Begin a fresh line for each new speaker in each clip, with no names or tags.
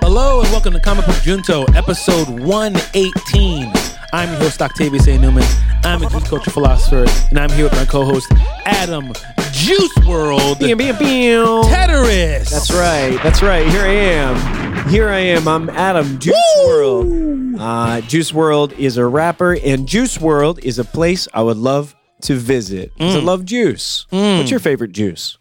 Hello and welcome to Comic Book Junto, episode 118. I'm your host, Octavius A. Newman. I'm a geek culture philosopher, and I'm here with my co-host, Adam Juice World Teteris.
That's right. That's right. Here I am. Here I am. I'm Adam Juice World. Uh, Juice World is a rapper, and Juice World is a place I would love to visit. 'Cause I love juice. What's your favorite juice?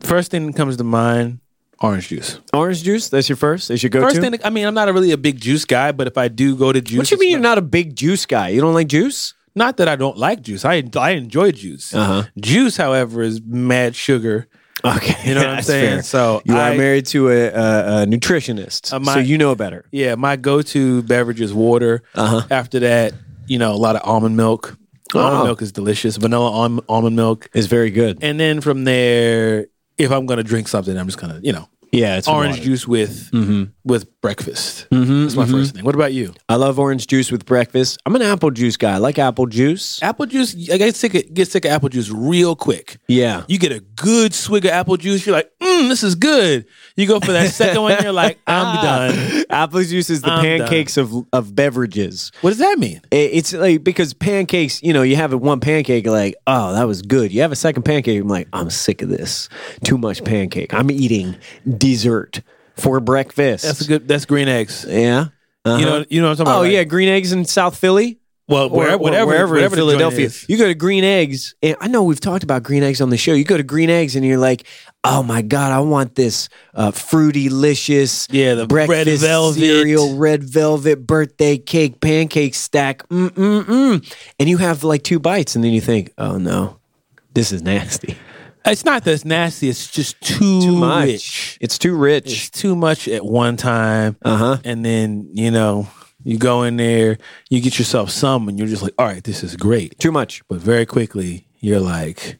First thing that comes to mind, orange juice.
Orange juice. That's your first. That's your go-to.
First thing, that- I mean, I'm not really a big juice guy, but if I do go to juice,
what you
it's
mean you're
Not,
not a big juice guy? You don't like juice?
not that I don't like juice. I I enjoy juice.
Uh-huh.
Juice, however, is mad sugar.
Okay,
You know what I'm
that's
saying? So
you
I-
are married to a, a, a nutritionist,
Uh, my-
so you know better.
Yeah, my go-to beverage is water. After that, you know, a lot of almond milk. Almond
Oh.
milk is delicious. Vanilla alm- almond milk.
It's very good.
And then from there, if I'm gonna drink something, I'm just gonna, you know,
Yeah, it's
orange
water.
juice with with breakfast. Mm-hmm, That's my first thing. What about you?
I love orange juice with breakfast. I'm an apple juice guy. I like apple juice.
Apple juice. I get sick of get sick of apple juice real quick.
Yeah.
You get a good swig of apple juice. You're like, mm, this is good. You go for that second one. You're like, ah. I'm done.
Apple juice is the
I'm done.
pancakes of of beverages.
What does that mean?
I- It's like because pancakes, you know, you have one pancake, you're like, oh, that was good. You have a second pancake, I'm like, I'm sick of this. Too much pancake. I'm eating dessert for breakfast.
That's good. That's green eggs.
yeah.
You
Uh-huh.
know. You know what I'm talking
Oh
about? right?
yeah, green eggs in South Philly.
Well, where- whatever,
wherever
whatever
in
the joint
Philadelphia,
is.
you go to Green Eggs, and I know we've talked about Green Eggs on the show. You go to Green Eggs, and you're like, "Oh my god, I want this uh, fruity, licious,
Yeah, the red
breakfast
velvet.
cereal, red velvet birthday cake, pancake stack." Mm mm mm. And you have like two bites, and then you think, "Oh no, this is nasty.
It's not that it's nasty. It's just too, rich.
It's too rich."
It's too much at one time.
Uh-huh.
And then you know you go in there, you get yourself some, and you're just like, all right, this is great.
too much.
But very quickly, you're like,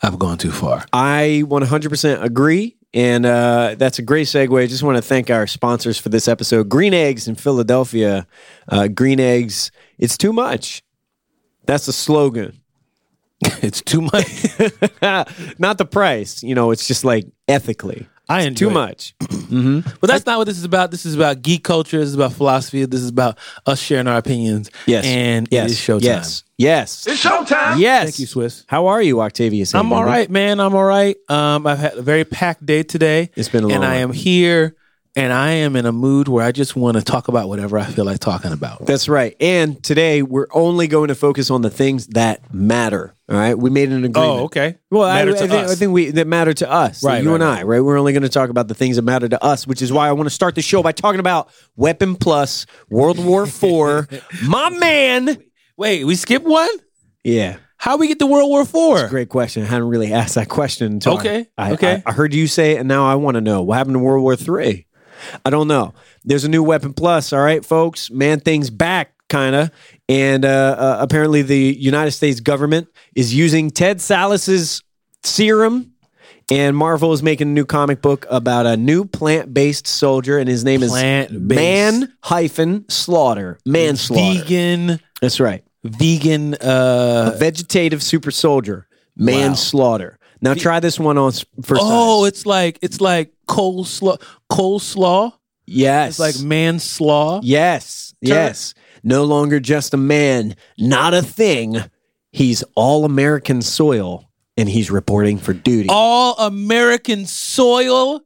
I've gone too far.
I 100% agree. And uh, that's a great segue. I just want to thank our sponsors for this episode Green Eggs in Philadelphia. Uh, Green Eggs, it's too much. That's the slogan.
it's too much.
Not the price. You know, it's just like ethically.
I enjoy
Too
it.
much.
But that's not what this is about. This is about geek culture. This is about philosophy. This is about us sharing our opinions.
Yes.
And
yes.
it is showtime.
Yes. Yes. It's showtime. Yes.
Thank you, Swiss.
How are you, Octavius?
I'm all right, man. I'm all right. Um, I've had a very packed day today.
It's been a
and
long
I
one.
am here, and I am in a mood where I just want to talk about whatever I feel like talking about.
That's right. And today we're only going to focus on the things that matter. All right. We made an agreement.
Oh, okay.
Well, I,
Matter
I
to
think,
us.
I think we that matter to us,
Right,
you
right,
and
right.
I, right? We're only going to talk about the things that matter to us, which is why I want to start the show by talking about Weapon Plus, World War Four, my man.
Wait, we skip one?
Yeah,
How we get to World War Four?
great question. I hadn't really asked that question. Until I-
Okay,
I,
okay.
I, I heard you say it, and now I want to know what happened to World War Three. I don't know. There's a new Weapon Plus. All right, folks, man, things back. Kinda, and uh, uh, apparently the United States government is using Ted Salas's serum And Marvel is making a new comic book about a new plant-based soldier, and his name is
Plant-based.
Man hyphen Slaughter Manslaughter.
Vegan,
That's right,
vegan. Uh,
vegetative super soldier Manslaughter. Now try this one on s- for
oh,
size.
it's like it's like coleslaw. Coleslaw.
yes,
It's like manslaw.
yes, yes. No longer just a man, not a thing. He's all American soil, and he's reporting for duty.
All American soil.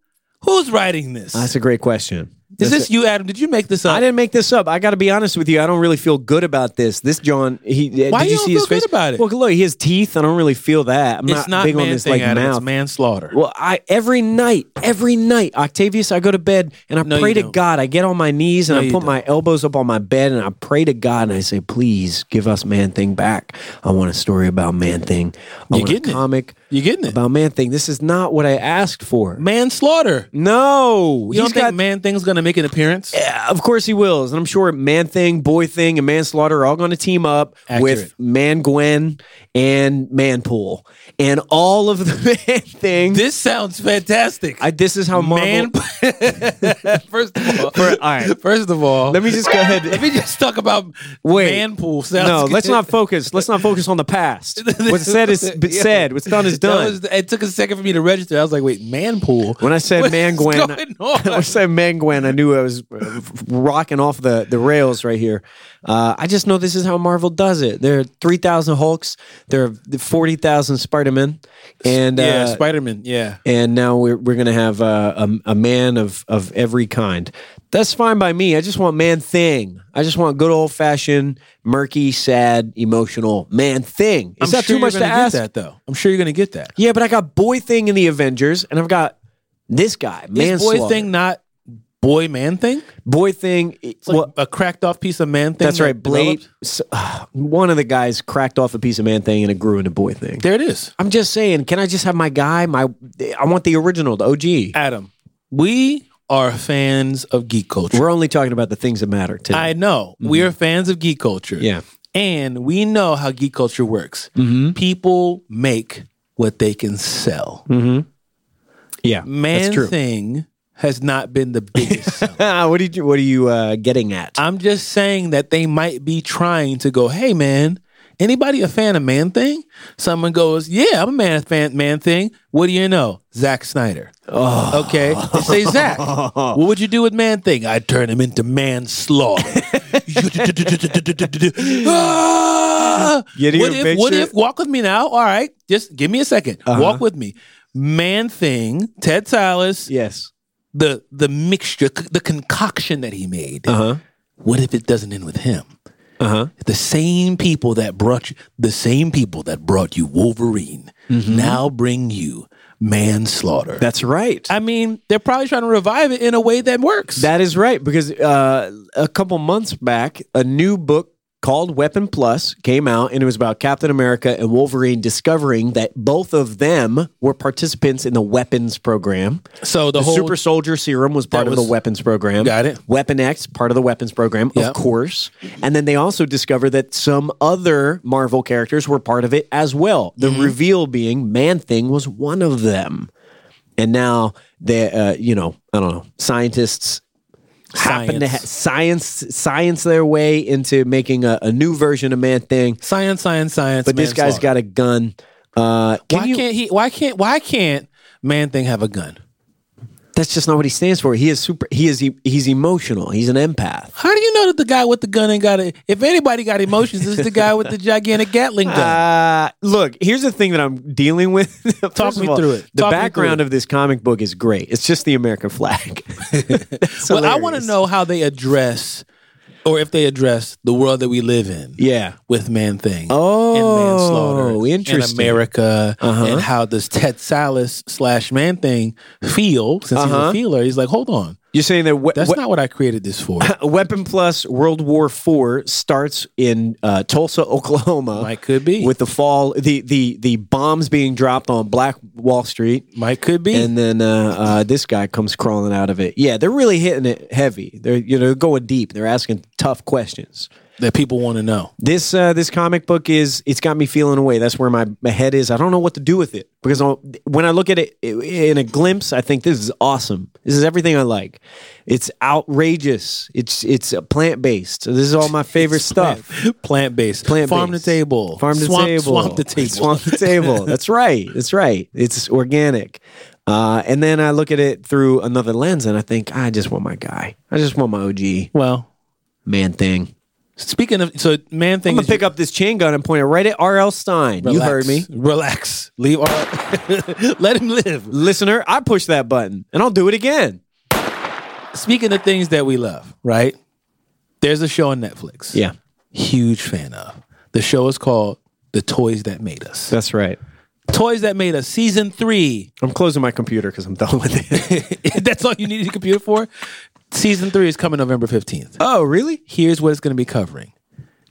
Who's writing this?
That's a great question.
is
That's
this you, Adam? Did you make this up?
I didn't make this up. I got to be honest with you. I don't really feel good about this. This John, he uh,
Why
did
you
you
don't
see
feel
his face?
good about it?
Well, look, he has teeth. I don't really feel that. I'm
it's
not,
not
big
man
on this
thing,
like
Adam.
mouth.
It's manslaughter.
Well, I every night, every night, Octavius, I go to bed and I
No, you
pray to
don't.
God. I get on my knees and
No,
I
you
put
don't.
my elbows up on my bed and I pray to God and I say, "Please give us Man Thing back. I want a story about Man Thing. I
You're
want
getting
a
it.
comic
You're getting it.
about Man Thing. This is not what I asked for.
Manslaughter.
No,
You
he's
don't think
got Eh.
man thing's gonna make an appearance?
Yeah, of course he will. And I'm sure Man Thing, Boy Thing, and Manslaughter are all going to team up
Accurate.
with Man Gwen and Manpool. And all of the Man Thing.
This sounds fantastic.
I, this is how Marvel.
man. first of all,
For- all right.
First of all,
Let me just go ahead.
let me just talk about
Wait.
man pool. Sounds
No,
good.
let's not focus. Let's not focus on the past. What's said is b- said. What's done is done.
That was, it took a second for me to register. I was like, wait, Manpool?
When I said
What's
Mangwen,
going
when I
on?
said Mangwen, I knew I was uh, rocking off the, the rails right here. Uh, I just know this is how Marvel does it. There are 3,000 Hulks, there are 40,000 Spider-Men, and,
yeah,
uh,
Spider Man. Yeah.
and now we're, we're going to have uh, a, a man of, of every kind. That's fine by me. I just want man thing. I just want good old fashioned, murky, sad, emotional man thing. Is
I'm
that
sure
too much
you're
to
gonna get
ask?
that, though. I'm sure you're going to get that.
Yeah, but I got boy thing in the Avengers, and I've got this guy, man.
Is boy thing not boy man thing?
boy thing.
It's like
well,
a cracked off piece of man thing.
that's
that
right. Blade.
developed?
s- ah, one of the guys cracked off a piece of man thing, and it grew into boy thing.
There it is.
I'm just saying, can I just have my guy? My, I want the original, the OG.
Adam, we are fans of geek culture.
We're only talking about the things that matter. Today.
I know. We are fans of geek culture.
Mm-hmm. Yeah. Mm-hmm.
And we know how geek culture works. People make what they can sell.
yeah,
Man
Mm-hmm. that's true.
thing has not been the biggest seller.
Ah, what did you? What are you uh, getting at?
I'm just saying that they might be trying to go, hey man, anybody a fan of Man Thing? Someone goes, yeah, I'm a man fan Man Thing. What do you know? Zack Snyder. Okay, they say Zack. what would you do with Man Thing? I'd turn him into manslaughter. Ah!
You do
what
a
if, what
picture?
if walk with me now? All right, just give me a 2nd Walk with me. Man Thing, Ted Silas,
Yes.
the the mixture, c- the concoction that he made.
Uh huh.
What if it doesn't end with him?
Uh huh.
The same people that brought you, the same people that brought you Wolverine,
Mm-hmm.
now bring you manslaughter.
That's right.
I mean, they're probably trying to revive it in a way that works.
That is right, because uh, a couple months back, a new book called Weapon Plus came out, and it was about Captain America and Wolverine discovering that both of them were participants in the weapons program.
so the,
The
whole
Super Soldier Serum was part
That
of
was-
the weapons program.
Got it.
Weapon X, part of the weapons program,
Yep.
of course. And then they also discovered that some other Marvel characters were part of it as well. The
Mm-hmm.
reveal being Man Thing was one of them. And now they, uh, you know, I don't know, scientists happen to ha-
science.
science science their way into making a, a new version of Man Thing.
science, science, science.
But this guy's got a gun. Uh, can
Why
you-
can't he? Why can't? Why can't man thing have a gun?
that's just not what he stands for. He is super. He is. e- he's emotional. He's an empath.
How do you know that the guy with the gun ain't got it? If anybody got emotions, it's the guy with the gigantic Gatling gun.
Uh, look, here's the thing that I'm dealing with. First
Talk me
of all,
through it.
The
Talk me
background
through
of this comic book is great. It's just the American flag. That's
Well, I want to
hilarious.
know how they address, or if they address the world that we live in.
Yeah.
with Man Thing.
Oh,
and manslaughter
interesting. Uh-huh.
in America, and how does Ted Salas slash Man Thing feel? Since he's
Uh-huh.
a feeler, he's like, hold on,
You're saying that we-
that's
we-
not what I created this for.
Weapon Plus World War IV starts in uh, Tulsa, Oklahoma.
Might could be.
with the fall, the the the bombs being dropped on Black Wall Street.
Might could be.
and then uh, uh, this guy comes crawling out of it. Yeah, they're really hitting it heavy. They're you know going deep. They're asking tough questions.
that people want to know.
This uh, this comic book is it's got me feeling away. That's where my, my head is. I don't know what to do with it because I'll, when I look at it in a glimpse, I think this is awesome. This is everything I like. It's outrageous. It's it's plant based. This is all my favorite stuff.
Plant based,
Plant
farm to table,
farm to
swamp,
table,
swamp to table.
swamp to table. That's right. That's right. It's organic. Uh, and then I look at it through another lens, and I think I just want my guy. I just want my OG
Well,
man thing.
speaking of, so Man Thing
I'm
is
gonna pick up this chain gun and point it right at R.L. Stein. You
Relax.
heard me,
Relax. Leave. All Let him live.
listener. I push that button, and I'll do it again.
Speaking of things that we love, right? There's a show on Netflix.
Yeah,
Huge fan of. The show is called The Toys That Made Us.
that's right.
Toys That Made Us, season three.
I'm closing my computer because I'm done with it.
That's all you need your computer for. Season three is coming November 15th.
oh, really?
Here's what it's going to be covering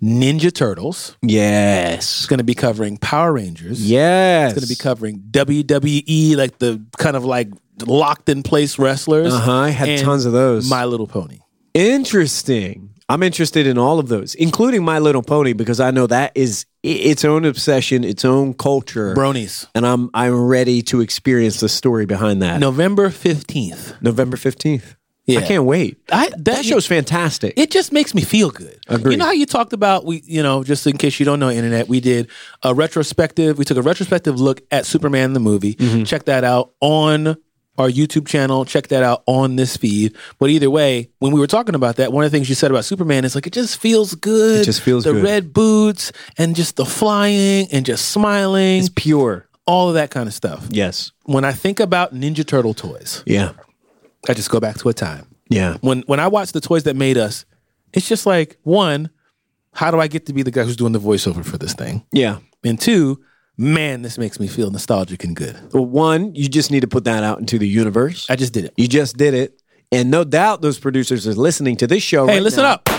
Ninja Turtles.
Yes.
It's going to be covering Power Rangers.
Yes.
It's going to be covering WWE, like the kind of like locked in place wrestlers.
Uh-huh, I had
and
tons of those.
My Little Pony.
Interesting. I'm interested in all of those, including My Little Pony, because I know that is i- its own obsession, its own culture,
Bronies.
and I'm I'm ready to experience the story behind that.
November 15th.
November fifteenth.
Yeah.
I can't wait.
I-
that,
that-
show's fantastic.
it just makes me feel good.
Agreed.
You know how you talked about we, you know, just in case you don't know internet, we did a retrospective. We took a retrospective look at Superman the movie.
Mm-hmm.
Check that out on our YouTube channel. Check that out on this feed. But either way, when we were talking about that, one of the things you said about Superman is like it just feels good. It
just feels
the
good.
red boots and just the flying and just smiling,
it's pure.
all of that kind of stuff.
Yes.
When I think about Ninja Turtle toys,
Yeah.
I just go back to a time
Yeah.
when when I watch the toys that made us, it's just like one, how do I get to be the guy who's doing the voiceover for this thing?
Yeah.
And two, man, this makes me feel nostalgic and good.
Well, one, you just need to put that out into the universe.
I just did it.
You just did it. And no doubt those producers are listening to this show.
Hey,
right
listen
now.
up.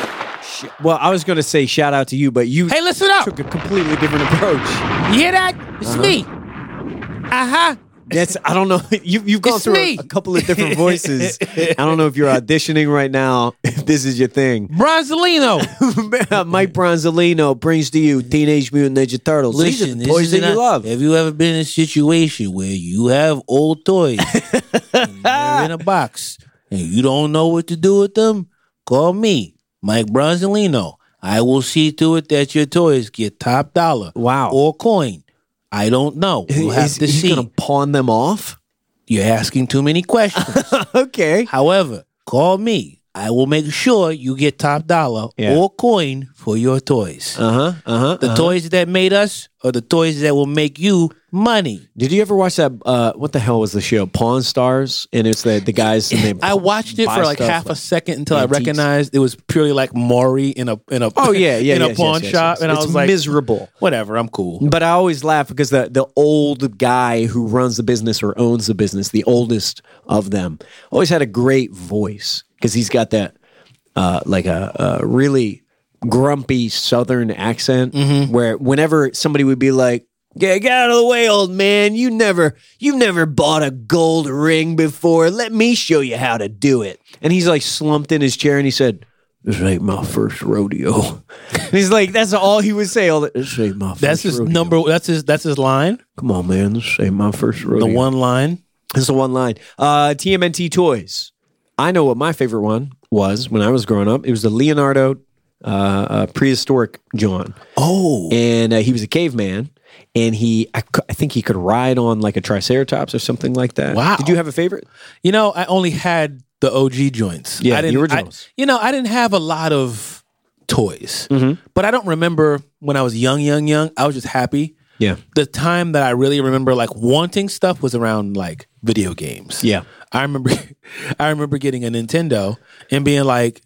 Sh- Well, I was going to say shout out to you, but you
Hey, listen up.
took a completely different approach.
You hear that? It's me.
Uh-huh.
Uh huh.
That's I don't know. You, you've gone
It's
through a,
me.
a couple of different voices. I don't know if you're auditioning right now. If this is your thing, Uh,
Bronzolino.
Mike Bronzolino brings to you Teenage Mutant Ninja Turtles. These are the toys that you love.
Have you ever been in a situation where you have old toys and they're in a box and you don't know what to do with them? Call me, Mike Bronzolino. I will see to it that your toys get top dollar.
Wow.
Or coin. I don't know. We'll have
is,
to
is he
see.
gonna pawn them off?
You're asking too many questions.
okay.
However, call me. I will make sure you get top dollar
Yeah.
or coin for your toys.
Uh huh. Uh huh.
The toys that made us or the toys that will make you money.
Did you ever watch that? Uh, what the hell was the show? Pawn Stars, and it's the the guys. And they,
I watched it
buy
for like
stuff
half a
like
second until I
antiques.
recognized it was purely like Maury in a in a
oh yeah, yeah,
in a
yes,
pawn
yes, yes,
shop,
yes.
and
It's
I was like,
miserable.
whatever, I'm cool.
But I always laugh because the the old guy who runs the business or owns the business, the oldest of them, always had a great voice because he's got that uh, like a, a really grumpy Southern accent where whenever somebody would be like. Get, get out of the way, old man. You never, you've never bought a gold ring before. Let me show you how to do it. And he's like slumped in his chair and he said, "This ain't my first rodeo." and he's like, that's all he would say. All the, this ain't my first
That's his
rodeo."
number. That's his. That's his line.
Come on, man. This ain't my first rodeo.
The one line.
This is the one line. Uh, TMNT toys. I know what my favorite one was when I was growing up. It was the Leonardo uh, uh, prehistoric John,
Oh,
and uh, he was a caveman, and he I, cou- I think he could ride on like a triceratops or something like that.
Wow.
Did you have a favorite?
you know, I only had the OG joints.
Yeah,
I
the
didn't,
originals.
I, you know, I didn't have a lot of toys,
Mm-hmm.
but I don't remember when I was young, young, young. I was just happy.
Yeah.
the time that I really remember like wanting stuff was around like video games.
Yeah.
I remember I remember getting a Nintendo and being like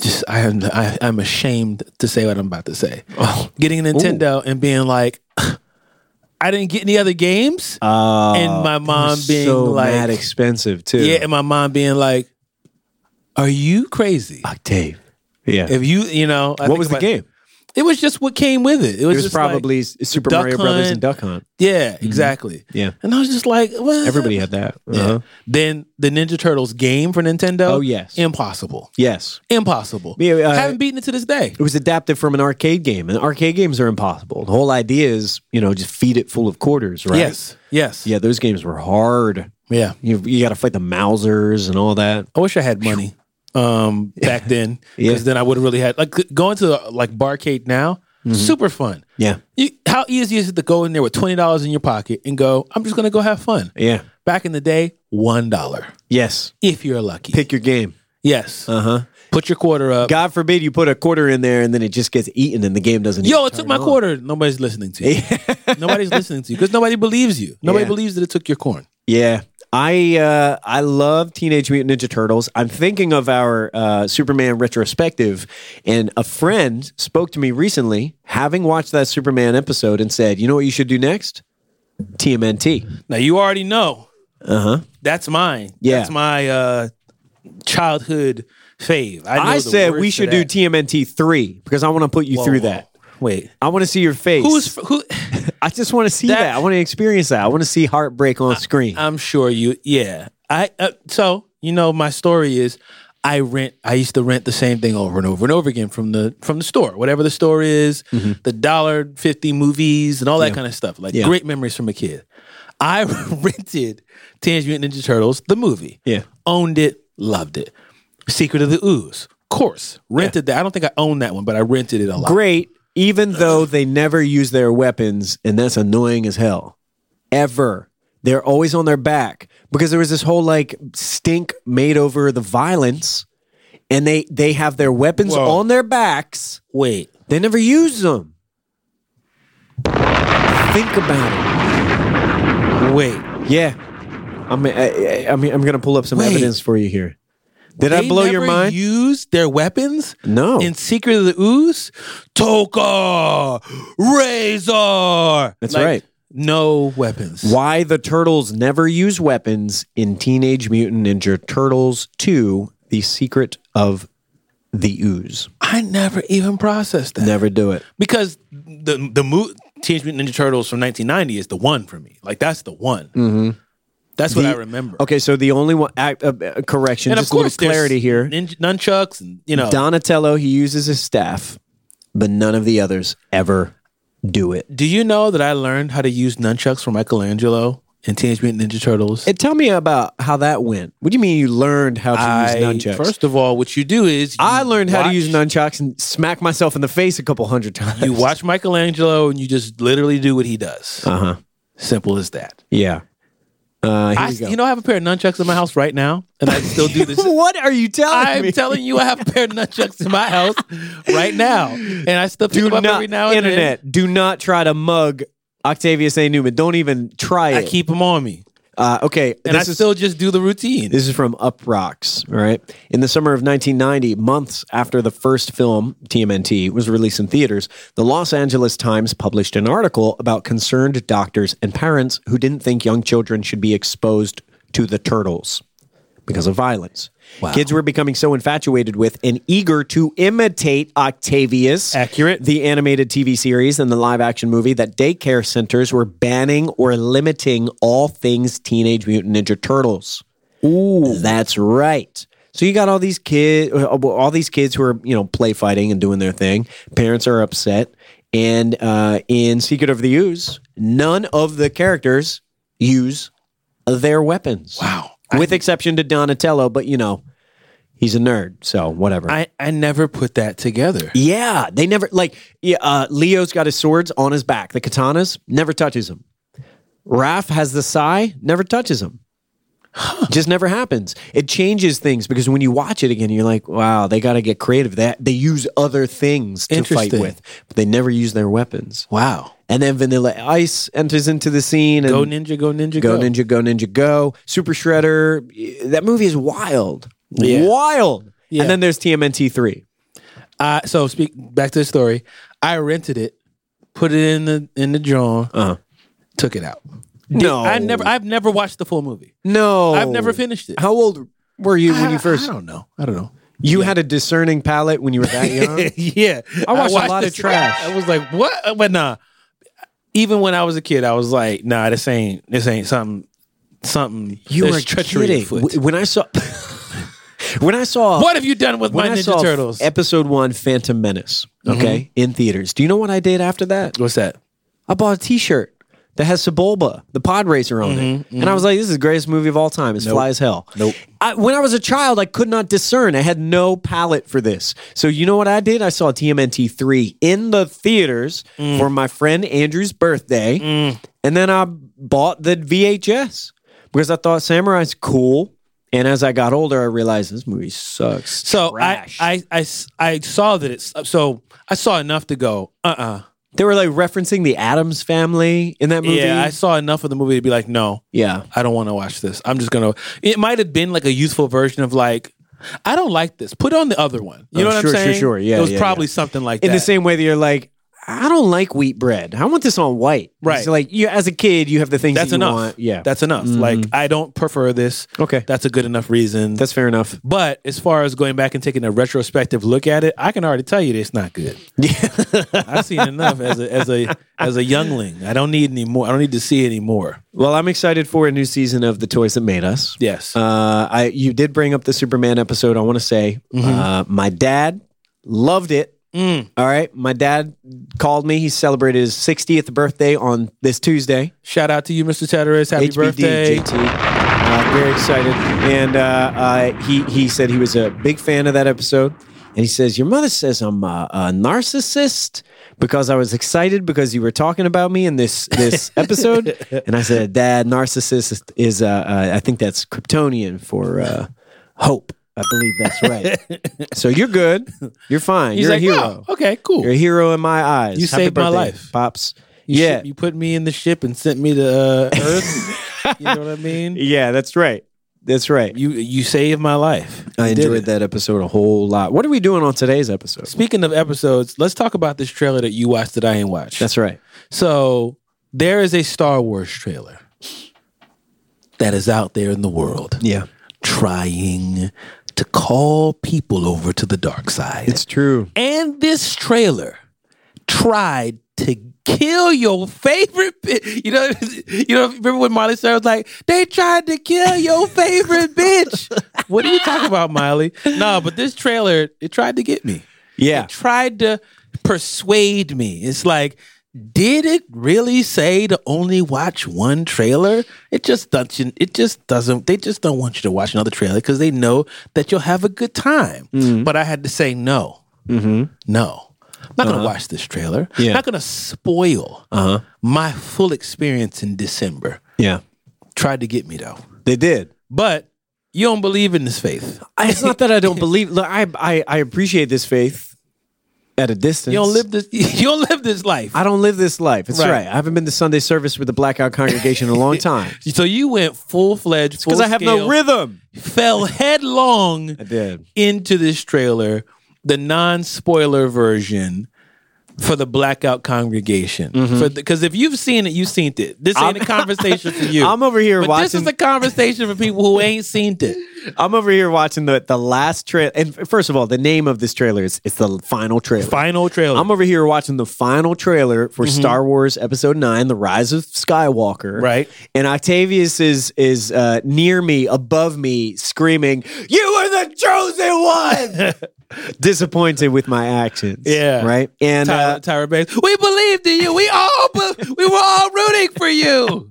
just I am I, I'm ashamed to say what I'm about to say.
Oh.
Getting a Nintendo and being like I didn't get any other games.
Uh,
and my mom being
so mad
like
expensive too.
Yeah, and my mom being like, Are you crazy?
Octave. Yeah.
If you you know I
what
think
was the
about-
game?
It was just what came with it. It was,
It was
just like-
probably S- Super
Duck
Mario Brothers
Hunt.
and Duck Hunt.
Yeah, exactly.
Yeah.
And I was just like, well,
Everybody had that. Uh-huh.
Then the Ninja Turtles game for Nintendo.
Oh, yes.
impossible,
Yes.
impossible.
Yeah, uh,
Haven't beaten it to this day.
It was adapted from an arcade game, and arcade games are impossible. The whole idea is, you know, just feed it full of quarters, right?
Yes, yes,
Yeah, those games were hard.
yeah.
You, you got to fight the Mausers and all that.
I wish I had money um, back then,
Yeah.
because then I would have really had like going to like Barcade now.
Mm-hmm.
Super fun.
Yeah.
You, how easy is it to go in there with twenty dollars in your pocket and go? I'm just gonna go have fun.
Yeah.
Back in the day, one dollar
Yes.
if you're lucky.
Pick your game.
yes,
Uh huh.
put your quarter up.
God forbid you put a quarter in there and then it just gets eaten and the game doesn't.
Yo,
even
it took
turn
my
on.
quarter. Nobody's listening to you. Nobody's listening to you because nobody believes you. Nobody
Yeah.
believes that it took your corn.
Yeah. I uh, I love Teenage Mutant Ninja Turtles. I'm thinking of our uh, Superman retrospective, and a friend spoke to me recently, having watched that Superman episode, and said, "You know what you should do next? TMNT."
Now you already know. Uh huh. That's mine.
Uh-huh. Yeah.
That's my uh, childhood fave. know
I
the
said
words
we
to
should do
that.
TMNT three because I want to put you
Whoa,
through
whoa.
that.
Wait.
I want to see your face.
Who's who?
I just want to see that.
That- Uh,
I want to experience that. I want to see heartbreak on screen.
I'm sure you. Yeah. I. Uh, so you know my story is. I rent. I used to rent the same thing over and over and over again from the from the store, whatever the store is, the dollar fifty movies and all that kind of stuff. Like
Mm-hmm. Yeah.
great memories from a kid. I rented Teenage Mutant Ninja Turtles the movie.
Yeah.
owned it, Loved it. Secret of the Ooze, of course. Rented that. I don't think I own that one, but I rented it a lot.
Great, even though they never use their weapons, and that's annoying as hell. Ever. They're always on their back because there was this whole like stink made over the violence, and they they have their weapons
Whoa.
on their backs.
Wait.
They never use them. Think about
Wait.
it. Yeah, I'm I, I, I'm I'm gonna pull up some
Wait.
evidence for you here. Did I
They
blow your
never
mind?
Used their weapons
no.
in Secret of the Ooze. Toka, Razor.
That's right.
No weapons.
Why the turtles never use weapons in Teenage Mutant Ninja Turtles 2: The Secret of the Ooze.
I never even processed that
Never do it.
because the the mo- Teenage Mutant Ninja Turtles from 1990 is the one for me. Like that's the one. That's what I remember.
Mm-hmm. Okay, so the only one act, uh, uh, correction,
And
just a little
there's
clarity here.
ninja- nunchucks, and you know.
Donatello he uses his staff, but none of the others ever do it.
Do you know that I learned how to use nunchucks from Michelangelo in Teenage Mutant Ninja Turtles?
And tell me about how that went. What do you mean you learned how to
I-
use nunchucks?
First of all, what you do is you
I learned how
watch-
to use nunchucks and smack myself in the face a couple hundred times.
You watch Michelangelo and you just literally do what he does.
Uh huh.
Simple as that.
Yeah. Uh, here
I,
we go.
you know, I have a pair of nunchucks in my house right now, and I still do this.
what are you telling
I'm
me?
telling you, I have a pair of nunchucks in my house right now, and I still pick
do
them up
not
every now and
internet. Do not try to mug Octavius A. Newman. Don't even try
then. I
it.
keep them on me,
uh, okay,
and
this
I
is
still just do the routine.
This is from Up Rocks. All right. In the summer of 1990, months after the first film, TMNT, was released in theaters, the Los Angeles Times published an article about concerned doctors and parents who didn't think young children should be exposed to the turtles because of violence. Kids were becoming so infatuated with and eager to imitate Octavius.
Accurate.
The animated TV series and the live action movie that daycare centers were banning or limiting all things Teenage Mutant Ninja Turtles. Ooh, that's right. So you got all these kids, all these kids who are you know play fighting and doing their thing. Parents are upset, and uh, in Secret of the Ooze, none of the characters use their weapons.
Wow.
with exception to Donatello, but you know he's a nerd, so whatever.
I I never put that together.
yeah, they never like yeah, uh, Leo's got his swords on his back. The katanas never touches him. Raph has the sai, never touches him. Just never happens. It changes things because when you watch it again, you're like, wow, they got to get creative. That they use other things to fight
Interesting.
with, but they never use their weapons.
Wow.
And then Vanilla Ice enters into the scene and
Go ninja, go ninja,
Go
go,
Ninja Go Ninja Go, Super Shredder. That movie is wild,
Yeah.
wild.
Yeah.
And then there's TMNT three.
Uh, so speak back to the story. I rented it, put it in the in the drawer,
Uh-huh. Oh.
took it out.
No,
I never. I've never watched the full movie.
no,
I've never Ah. finished it.
How old were you when
I-
you
I
first?
don't know. I don't know.
You had a discerning palate when you were that young.
yeah,
I watched a lot of
this-
trash.
I was like, what? But nah. Even when I was a kid, I was like, nah, this ain't this ain't something something.
You
there's
were
treachery
kidding.
afoot.
W- When I saw, when I saw,
what have you done with
when
my
I
Ninja
saw
Turtles?
episode one, Phantom Menace. Okay, in theaters. Do you know what I did after that?
What's that?
I bought a T-shirt that has Sebulba, the pod racer, on it, and I was like, "This is the greatest movie of all time. It's fly as hell."
Mm-hmm, Nope.
I, when I was a child, I could not discern. I had no palate for this. So you know what I did? I saw TMNT three in the theaters
Mm.
for my friend Andrew's birthday, and then I bought the VHS because I thought Samurai's cool. And as I got older, I realized this movie sucks.
So I,
Trash.
I I s- I saw that it's so I saw enough to go. Uh uh
They were like referencing the Adams family in that movie.
Yeah, I saw enough of the movie to be like, no,
yeah.
I don't want to watch this. I'm just gonna. It might have been like a useful version of like, I don't like this. Put on the other one. You know
Oh,
what
sure,
I'm
sure,
saying?
sure. Yeah,
it was
yeah,
probably something like
in
that.
the same way that you're like, I don't like wheat bread. I want this on white.
Right.
It's like you, as a kid, you have the things
That's
that you
enough.
want. Yeah. Mm-hmm.
that's enough. Like I don't prefer this.
Okay.
that's a good enough reason.
that's fair enough.
but as far as going back and taking a retrospective look at it, I can already tell you that it's not good. I've seen enough as a as a as a youngling. I don't need any more. I don't need to see any more.
Well, I'm excited for a new season of The Toys That Made Us.
Yes.
Uh, I you did bring up the Superman episode. I want to say uh, my dad loved it. All right, my dad called me. He celebrated his 60th birthday on this Tuesday.
Shout out to you, Mr. Chatteris. Happy
HBD,
birthday.
JT. Uh, very excited. And uh, uh, he, he said he was a big fan of that episode. And he says, Your mother says I'm a, a narcissist because I was excited because you were talking about me in this, this episode. and I said, Dad, narcissist is, uh, uh, I think that's Kryptonian for uh, hope. I believe that's right. so you're good. You're fine.
He's
you're
like,
a hero.
"Oh, okay, cool.
You're a hero in my eyes.
You saved my life.
pops.
You
yeah,
ship- you put me in the ship and sent me to uh, Earth. you know what I mean?
yeah, that's right. That's right.
You you saved my life.
I
You did
enjoyed
it.
that episode a whole lot. What are we doing on today's episode?
Speaking of episodes, let's talk about this trailer that you watched that I ain't watched.
That's right.
so there is a Star Wars trailer that is out there in the world
Yeah,
trying to call people over to the dark side.
it's true.
and this trailer tried to kill your favorite bitch. You know, you know. Remember when Miley Cyrus was like, "They tried to kill your favorite bitch." what are you talking about, Miley? No, but this trailer it tried to get me.
Yeah,
It tried to persuade me. It's like. Did it really say to only watch one trailer? It just doesn't. It just doesn't. They just don't want you to watch another trailer because they know that you'll have a good time. But I had to say no.
Mm-hmm.
No. I'm not going to watch this trailer.
Uh-huh. Yeah.
Not going to spoil
Uh-huh.
my full experience in December.
yeah.
Tried to get me though.
They did.
But you don't believe in this faith.
It's not that I don't believe. Look, I, I I appreciate this faith at a distance.
You don't live this you don't live this life.
I don't live this life. It's
Right.
right. I haven't been to Sunday service with the blackout congregation in a long time
so you went full fledged
because I have no rhythm.
fell headlong
I did.
into this trailer, the non-spoiler version for the blackout congregation.
Mm-hmm.
Because if you've seen it, you've seen it. This ain't a conversation for you.
I'm over here
but This is
watching-
a conversation for people who ain't seen it.
I'm over here watching the the last trailer. And first of all, the name of this trailer is it's the final trailer.
Final trailer.
I'm over here watching the final trailer for
Mm-hmm.
Star Wars Episode Nine: The Rise of Skywalker.
Right.
and Octavius is is uh, near me, above me, screaming, "You are the chosen one!" Disappointed with my actions.
Yeah.
right. And
Tyra,
uh,
Tyra Banks. We believed in you. We all be- we were all rooting for you.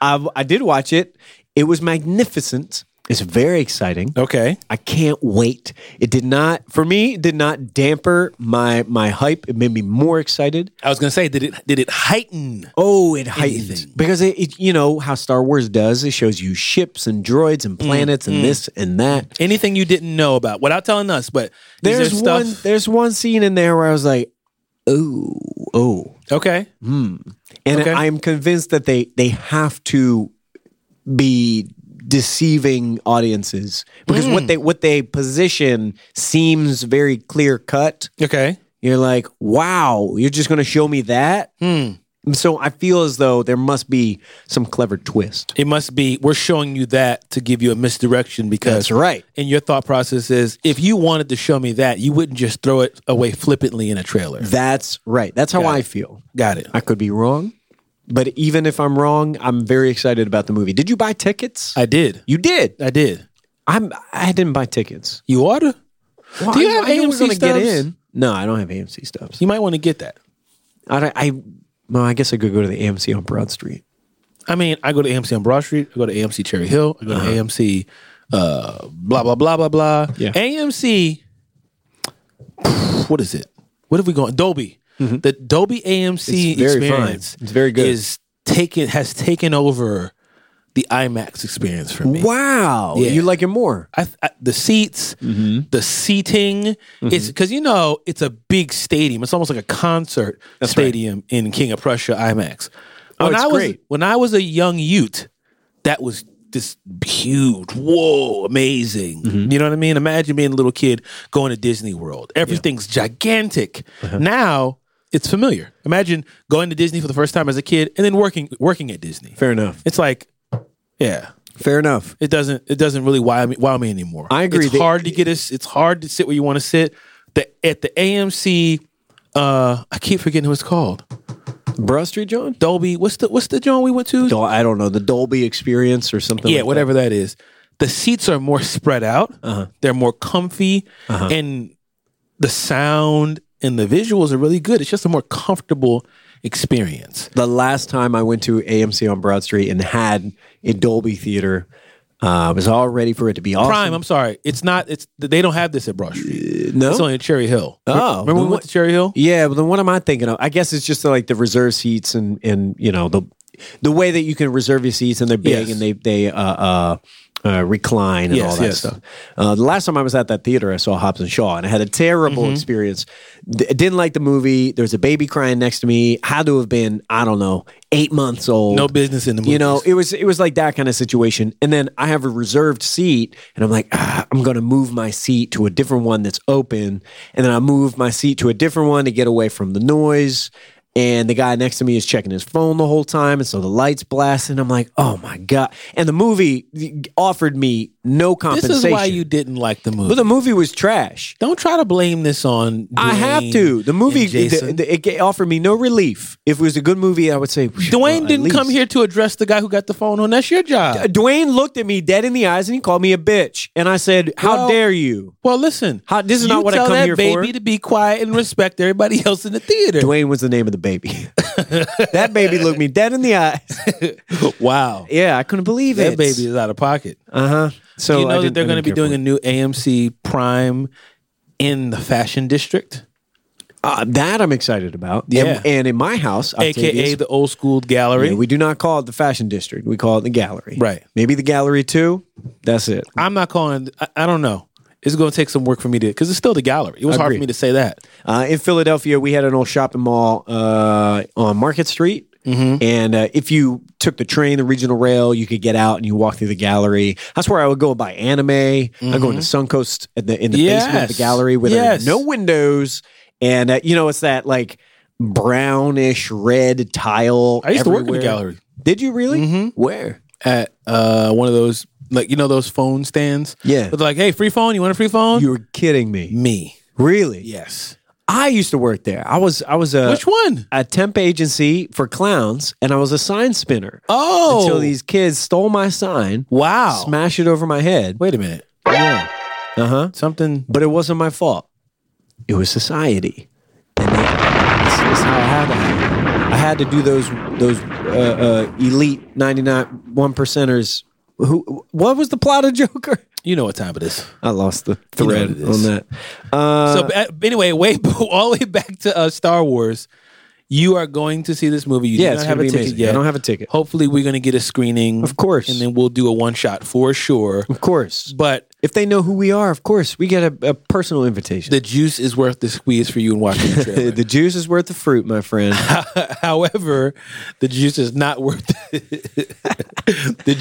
I I did watch it. It was magnificent. It's very exciting.
Okay.
I can't wait. It did not for me. It did not damper my my hype. It made me more excited.
I was gonna say, did it did it heighten?
Oh, it heightened
Anything.
because it, it, you know how Star Wars does. It shows you ships and droids and planets and this and that.
Anything you didn't know about without telling us, but is there
There's
stuff-
one. There's one scene in there where I was like, oh, oh,
Okay.
and
Okay.
I'm convinced that they they have to be deceiving audiences because what they what they position seems very clear cut.
Okay.
You're like, wow, you're just going to show me that. So I feel as though there must be some clever twist.
It must be we're showing you that to give you a misdirection because
right.
And your thought process is if you wanted to show me that, you wouldn't just throw it away flippantly in a trailer.
That's right. That's how I feel.
Got it.
I could be wrong, but even if I'm wrong, I'm very excited about the movie. Did you buy tickets?
I did.
you did.
I did.
I'm. I didn't buy tickets.
You ought to.
Well,
Do you
I-
have
I knew we were
AMC
gonna get
stubs?
in? No, I don't have AMC stubs.
You might want to get that.
I. don't- I well, I guess I could go to the AMC on Broad Street.
I mean, I go to AMC on Broad Street. I go to AMC Cherry Hill. I go
Uh-huh.
to AMC, uh, blah blah blah blah blah.
Yeah.
AMC. What is it? What have we gone? Dolby. The Dolby AMC
Mm-hmm. It's very fine.
experience.
It's very good.
Is taken has taken over the IMAX experience for me.
Wow, you like it more?
I, I, the seats,
Mm-hmm.
the seating. It's because you know it's a big stadium. It's almost like a concert stadium in King of Prussia IMAX. When
Oh, it's
I was
great.
when I was a young Ute, that was this huge, whoa, amazing.
Mm-hmm.
You know what I mean? Imagine being a little kid going to Disney World. Everything's gigantic.
Uh-huh.
Now it's familiar. Imagine going to Disney for the first time as a kid and then working working at Disney.
Fair enough.
It's like, yeah
Fair enough.
it doesn't it doesn't really wow me, wow me anymore.
I agree.
It's
They-
hard to get us. It's hard to sit where you want to sit. The at the AMC, uh, I keep forgetting who it's called.
Broad Street, John.
Dolby. What's the what's the joint we went to?
Dol- I don't know the Dolby experience or something.
yeah,
like
whatever that is. The seats are more spread out.
Uh-huh.
They're more comfy, and the sound and the visuals are really good. It's just a more comfortable experience.
That. The last time I went to AMC on Broad Street and had a Dolby theater, Uh, I was all ready for it to be awesome.
Prime. I'm sorry. It's not. It's they don't have this at Broad Street.
no?
It's only at Cherry Hill.
Oh,
remember when
the
we went to Cherry Hill?
Yeah, but then what am I thinking of? I guess it's just like the reserve seats and and you know the the way that you can reserve your seats and they're big
Yes.
and they they uh, uh, uh, recline and
Yes,
all that
yes.
stuff. Uh, the last time I was at that theater, I saw Hobbs and Shaw and I had a terrible
Mm-hmm.
experience. D- didn't like the movie. There was a baby crying next to me. Had to have been I don't know eight months old.
No business in the movies.
You know, it was it was like that kind of situation. And then I have a reserved seat, and I'm like, ah, I'm going to move my seat to a different one that's open, and then I move my seat to a different one to get away from the noise. And the guy next to me is checking his phone the whole time, and so the lights blasting. I'm like, oh my god! And the movie offered me no
this
compensation.
is why you didn't like the movie.
But the movie was trash.
don't try to blame this on.
I have
Dwayne
to. The
and
movie
Jason.
the, the, it ga- offered me no relief. If it was a good movie, I would say "Phew, well,
Dwayne
at
didn't come
least."
here to address the guy who got the phone on. That's your job.
Uh, Dwayne looked at me dead in the eyes and he called me a bitch. And I said, How
Well-
dare you?
well, listen.
How- this is
you
not what I
tell
come
that
here
baby
for.
to be quiet and respect everybody else in the theater.
Dwayne was the name of the baby. that baby looked me dead in the eyes.
wow,
Yeah, I couldn't believe
that
it.
baby is out of pocket.
Uh huh. So
you
I
know that
didn't-
they're
I
going to
didn't
be
care for
doing
it.
a new AMC Prime in the Fashion District,
Uh, that I'm excited about. And-
Yeah.
And, in my house,
aka
Octavius,
the Old School Gallery.
yeah, we do not call it the fashion district. We call it the gallery.
Right.
Maybe the gallery too. That's it.
I'm not calling. I, I don't know. It's going to take some work for me to because it's still the gallery. It was hard
Agreed.
for me to say that.
Uh, in Philadelphia, we had an old shopping mall uh, on Market Street.
Mm-hmm.
And uh, if you took the train, the regional rail, you could get out and you walk through the gallery. That's where I would go and buy anime. I'd go into Suncoast at the, in the basement of the
Mm-hmm. Yes.
gallery where
Yes.
there are no windows. And, uh, you know, it's that like brownish red tile.
I used to work in the
everywhere.
gallery. Mm-hmm.
Did you really? Where?
At uh, one of those, like you know, those phone stands.
Yeah.
but like, hey, free phone. You want a free phone?
You were kidding me.
me.
Really?
Yes.
I used to work there. I was, I was a,
Which one?
a temp agency for clowns and I was a sign spinner.
Oh,
until these kids stole my sign,
wow.
smashed it over my head.
Wait a minute.
Yeah. Uh huh.
Something.
But it wasn't my fault. It was society. And they, this is how I had to. I had to do those those uh, uh, elite ninety nine one percenters. Who? What was the plot of Joker?
You know what time it is.
I lost the
You know
thread
what it
on
is.
that. Uh,
so uh, anyway, way all the way back to uh, Star Wars. You are going to see this movie. You do
yeah,
not
it's
have
gonna
a
be
ticket
amazing.
yet.
I don't have a ticket.
Hopefully, we're going to get a screening,
Of course.
and then we'll do a one shot for sure.
Of course,
But
if they know who we are, of course, we get a, a personal invitation.
the juice is worth the squeeze for you in watching the
The,
trailer.
the juice is worth the fruit, my friend. Uh,
However, the juice is not worth the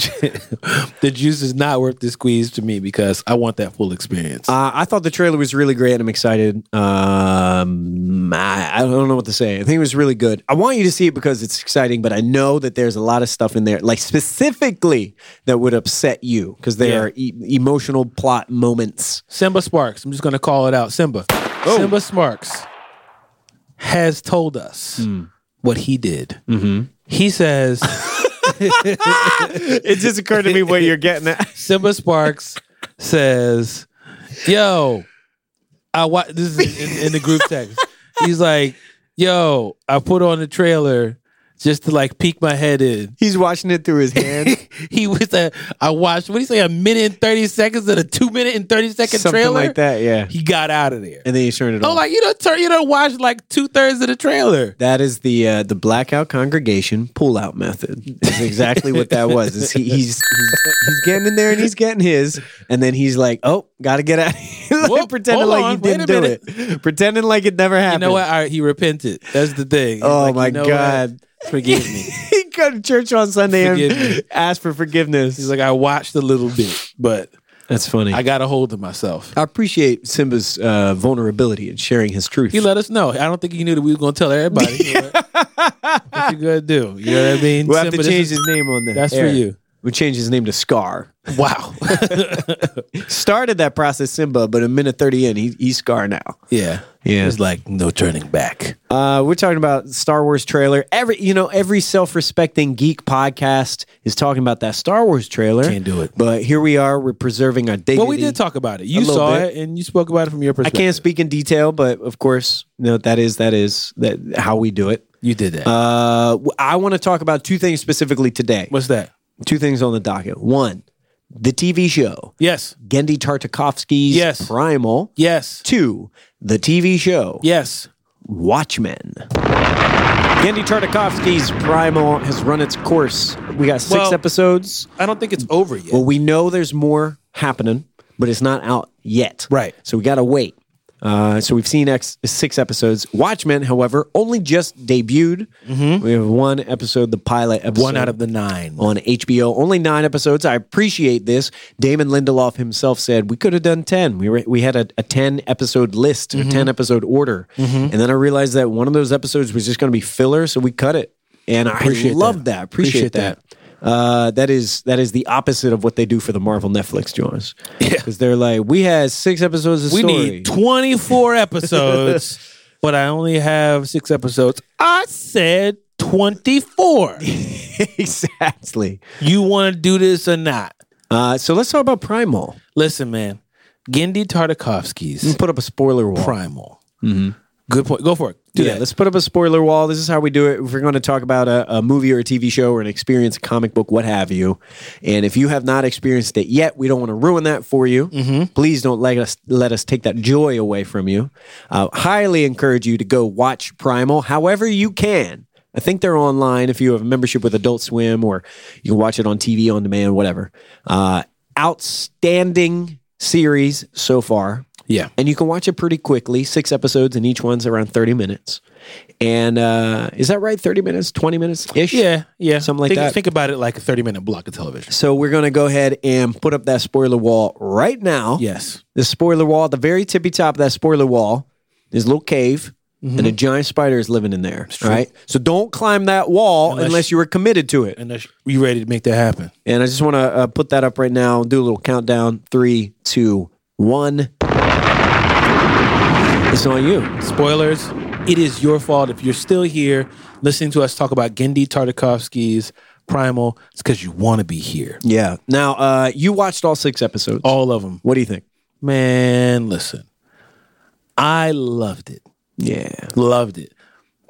ju- the juice is not worth the squeeze to me because I want that full experience.
Uh, I thought the trailer was really great. I'm excited. Um, I, I don't know what to say. I think it was really good. I want you to see it because it's exciting, but I know that there's a lot of stuff in there, like specifically that would upset you because they
Yeah.
are e- emotional plot moments.
Simba Sparks, I'm just going to call it out. Simba, Simba Sparks has told us what he did. He says.
It just occurred to me what you're getting at.
Simba Sparks says, "Yo, I wa- this is in, in the group text. He's like, "Yo, I put on the trailer just to like peek my head in."
He's watching it through his hand.
he was a, I watched what do you say a minute and thirty seconds of a two minute and thirty second
Something
trailer.
like that, yeah.
He got out of there.
And then he's turning it
Oh,
on.
like you don't turn, you don't watch like two thirds of the trailer.
That is the uh, the blackout congregation pullout method. Is exactly what that was. Is he, he's, he's he's getting in there and he's getting his, and then he's like, "Oh, gotta get out." like,
Whoop,
pretending
hold
like
on,
he
wait
didn't
a
do
minute.
it, pretending like it never
You
happened.
know what? All right, he repented. That's the thing. He's
Oh
like,
my
"You know what?
God.
forgive me.
he go to church on Sunday
Forgive me.
and ask for forgiveness.
He's like, I watched a little bit, but
"That's funny."
I
I,
got a hold of myself.
appreciate Simba's uh, vulnerability and sharing his truth.
He let us know. I don't think he knew that we was gonna tell everybody. what you gonna do? You know what I mean?
we'll have
Simba,
to
this
change
is-
his name on that.
That's for you.
We'll change his name to Scar.
Wow.
Started that process, Simba, but a minute thirty in, he, he's Scar now.
yeah.
Yeah.
It's like no turning back.
Uh, we're talking about Star Wars trailer. Every you know, every self-respecting geek podcast is talking about that Star Wars trailer.
Can't do it.
But here we are. We're preserving our dignity.
Well, we did talk about it. You
little
saw
bit.
it and you spoke about it from your
I
perspective.
can't speak in detail, but of course, no. That is that is that how we do it.
You did that.
Uh, w- I want to talk about two things specifically today.
What's that?
Two things on the docket. One, the TV show,
Yes.
Gendy Tartakovsky's
Yes.
Primal,
Yes.
to the TV show,
Yes.
Watchmen. Gendy Tartakovsky's Primal has run its course. We got six
Well-
episodes.
I don't think it's over yet.
Well, we know there's more happening, but it's not out yet.
Right.
So we got to wait. Uh, so we've seen ex- six episodes. Watchmen, however, only just debuted. We have one episode, the pilot episode.
One out of the nine.
on HBO. Only nine episodes. I appreciate this. Damon Lindelof himself said we could have done ten. We were, we had a, a ten episode list, a
Mm-hmm.
ten episode order, and then I realized that one of those episodes was just going to be filler, so we cut it. And I
Appreciate
love that.
that.
Appreciate,
Appreciate
that.
that.
Uh, that is that is the opposite of what they do for the Marvel Netflix joints. because they're like, we had six episodes of
we
story.
need 24 episodes, but I only have six episodes. I said 24.
exactly.
you want to do this or not?
Uh, so let's talk about Primal.
Listen, man. Gendy Tartakovsky's
Put up a spoiler wall.
Primal. Good point. Go for it. Do
yeah,
that.
let's put up a spoiler wall. This is how we do it. If we're going to talk about a, a movie or a TV show or an experience, a comic book, what have you, and if you have not experienced it yet, we don't want to ruin that for you. Please don't let us let us take that joy away from you. Uh, highly encourage you to go watch Primal, however you can. I think they're online if you have a membership with Adult Swim, or you can watch it on TV on demand, whatever. Uh, outstanding series so far.
Yeah.
And you can watch it pretty quickly, six episodes, and each one's around 30 minutes. And uh, is that right? 30 minutes, 20 minutes ish?
Yeah. Yeah.
Something like
think,
that.
Think about it like a 30 minute block of television.
So we're going to go ahead and put up that spoiler wall right now.
Yes.
The spoiler wall, at the very tippy top of that spoiler wall, there's a little cave. And a giant spider is living in there. All right. So don't climb that wall unless,
Unless-
you were committed to it.
And that's- you ready to make that happen?
And I just want to uh, put that up right now. Do a little countdown. Three, two, one. It's on you.
Spoilers. It is your fault if you're still here listening to us talk about Gendy Tartakovsky's Primal. It's because you want to be here.
Yeah. Now, uh, you watched all six episodes.
All of them.
What do you think?
Man, listen. I loved it.
Yeah.
Loved it.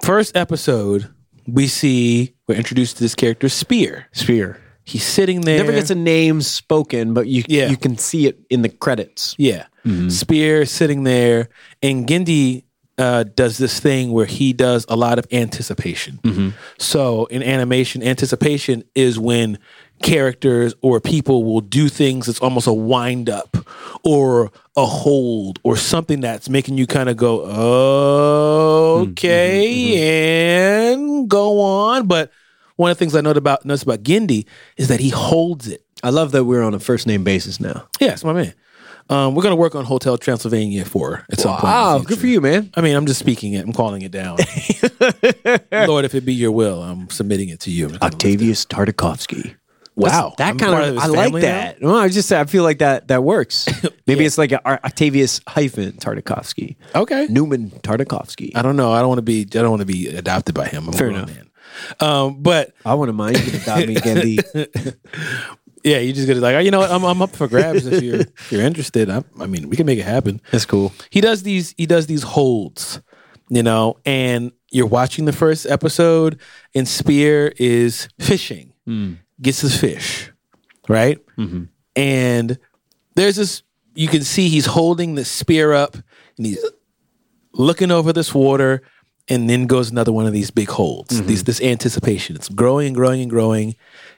First episode, we see we're introduced to this character, Spear.
Spear.
He's sitting there.
Never gets a name spoken, but you
Yeah.
you can see it in the credits.
Yeah. Spear is sitting there, and Gindi uh, does this thing where he does a lot of anticipation. So in animation, anticipation is when characters or people will do things that's almost a wind up or a hold or something that's making you kind of go, okay, and go on. But one of the things I note about notice about Gindi is that he holds it.
I love that we're on a first name basis now.
Yeah, it's my man. Um, we're gonna work on Hotel Transylvania for at some point. in the
Wow,
future.
good for you, man.
I mean, I'm just speaking it. I'm calling it down. Lord, if it be your will, I'm submitting it to you.
Octavius Tartakovsky.
Wow,
Uh, that
I'm
kind
part
of,
of his
I like
family
that. No, I just I feel like that that works. Maybe it's like a, Ar- Octavius hyphen Tartakovsky,
Okay.
Newman Tartakovsky.
I don't know. I don't want to be. I don't want to be adopted by him. I'm Fair enough. Man. Um, but
I wouldn't mind. You can adopt me again. D.
yeah, you just gonna like, oh, you know what? I'm, I'm up for grabs if you're if you're interested. I, I mean, we can make it happen.
That's cool.
he does these he does these holds you know and you're watching the first episode and spear is fishing gets his fish right and there's this you can see he's holding the spear up and he's looking over this water and then goes another one of these big holds these, this anticipation it's growing and growing and growing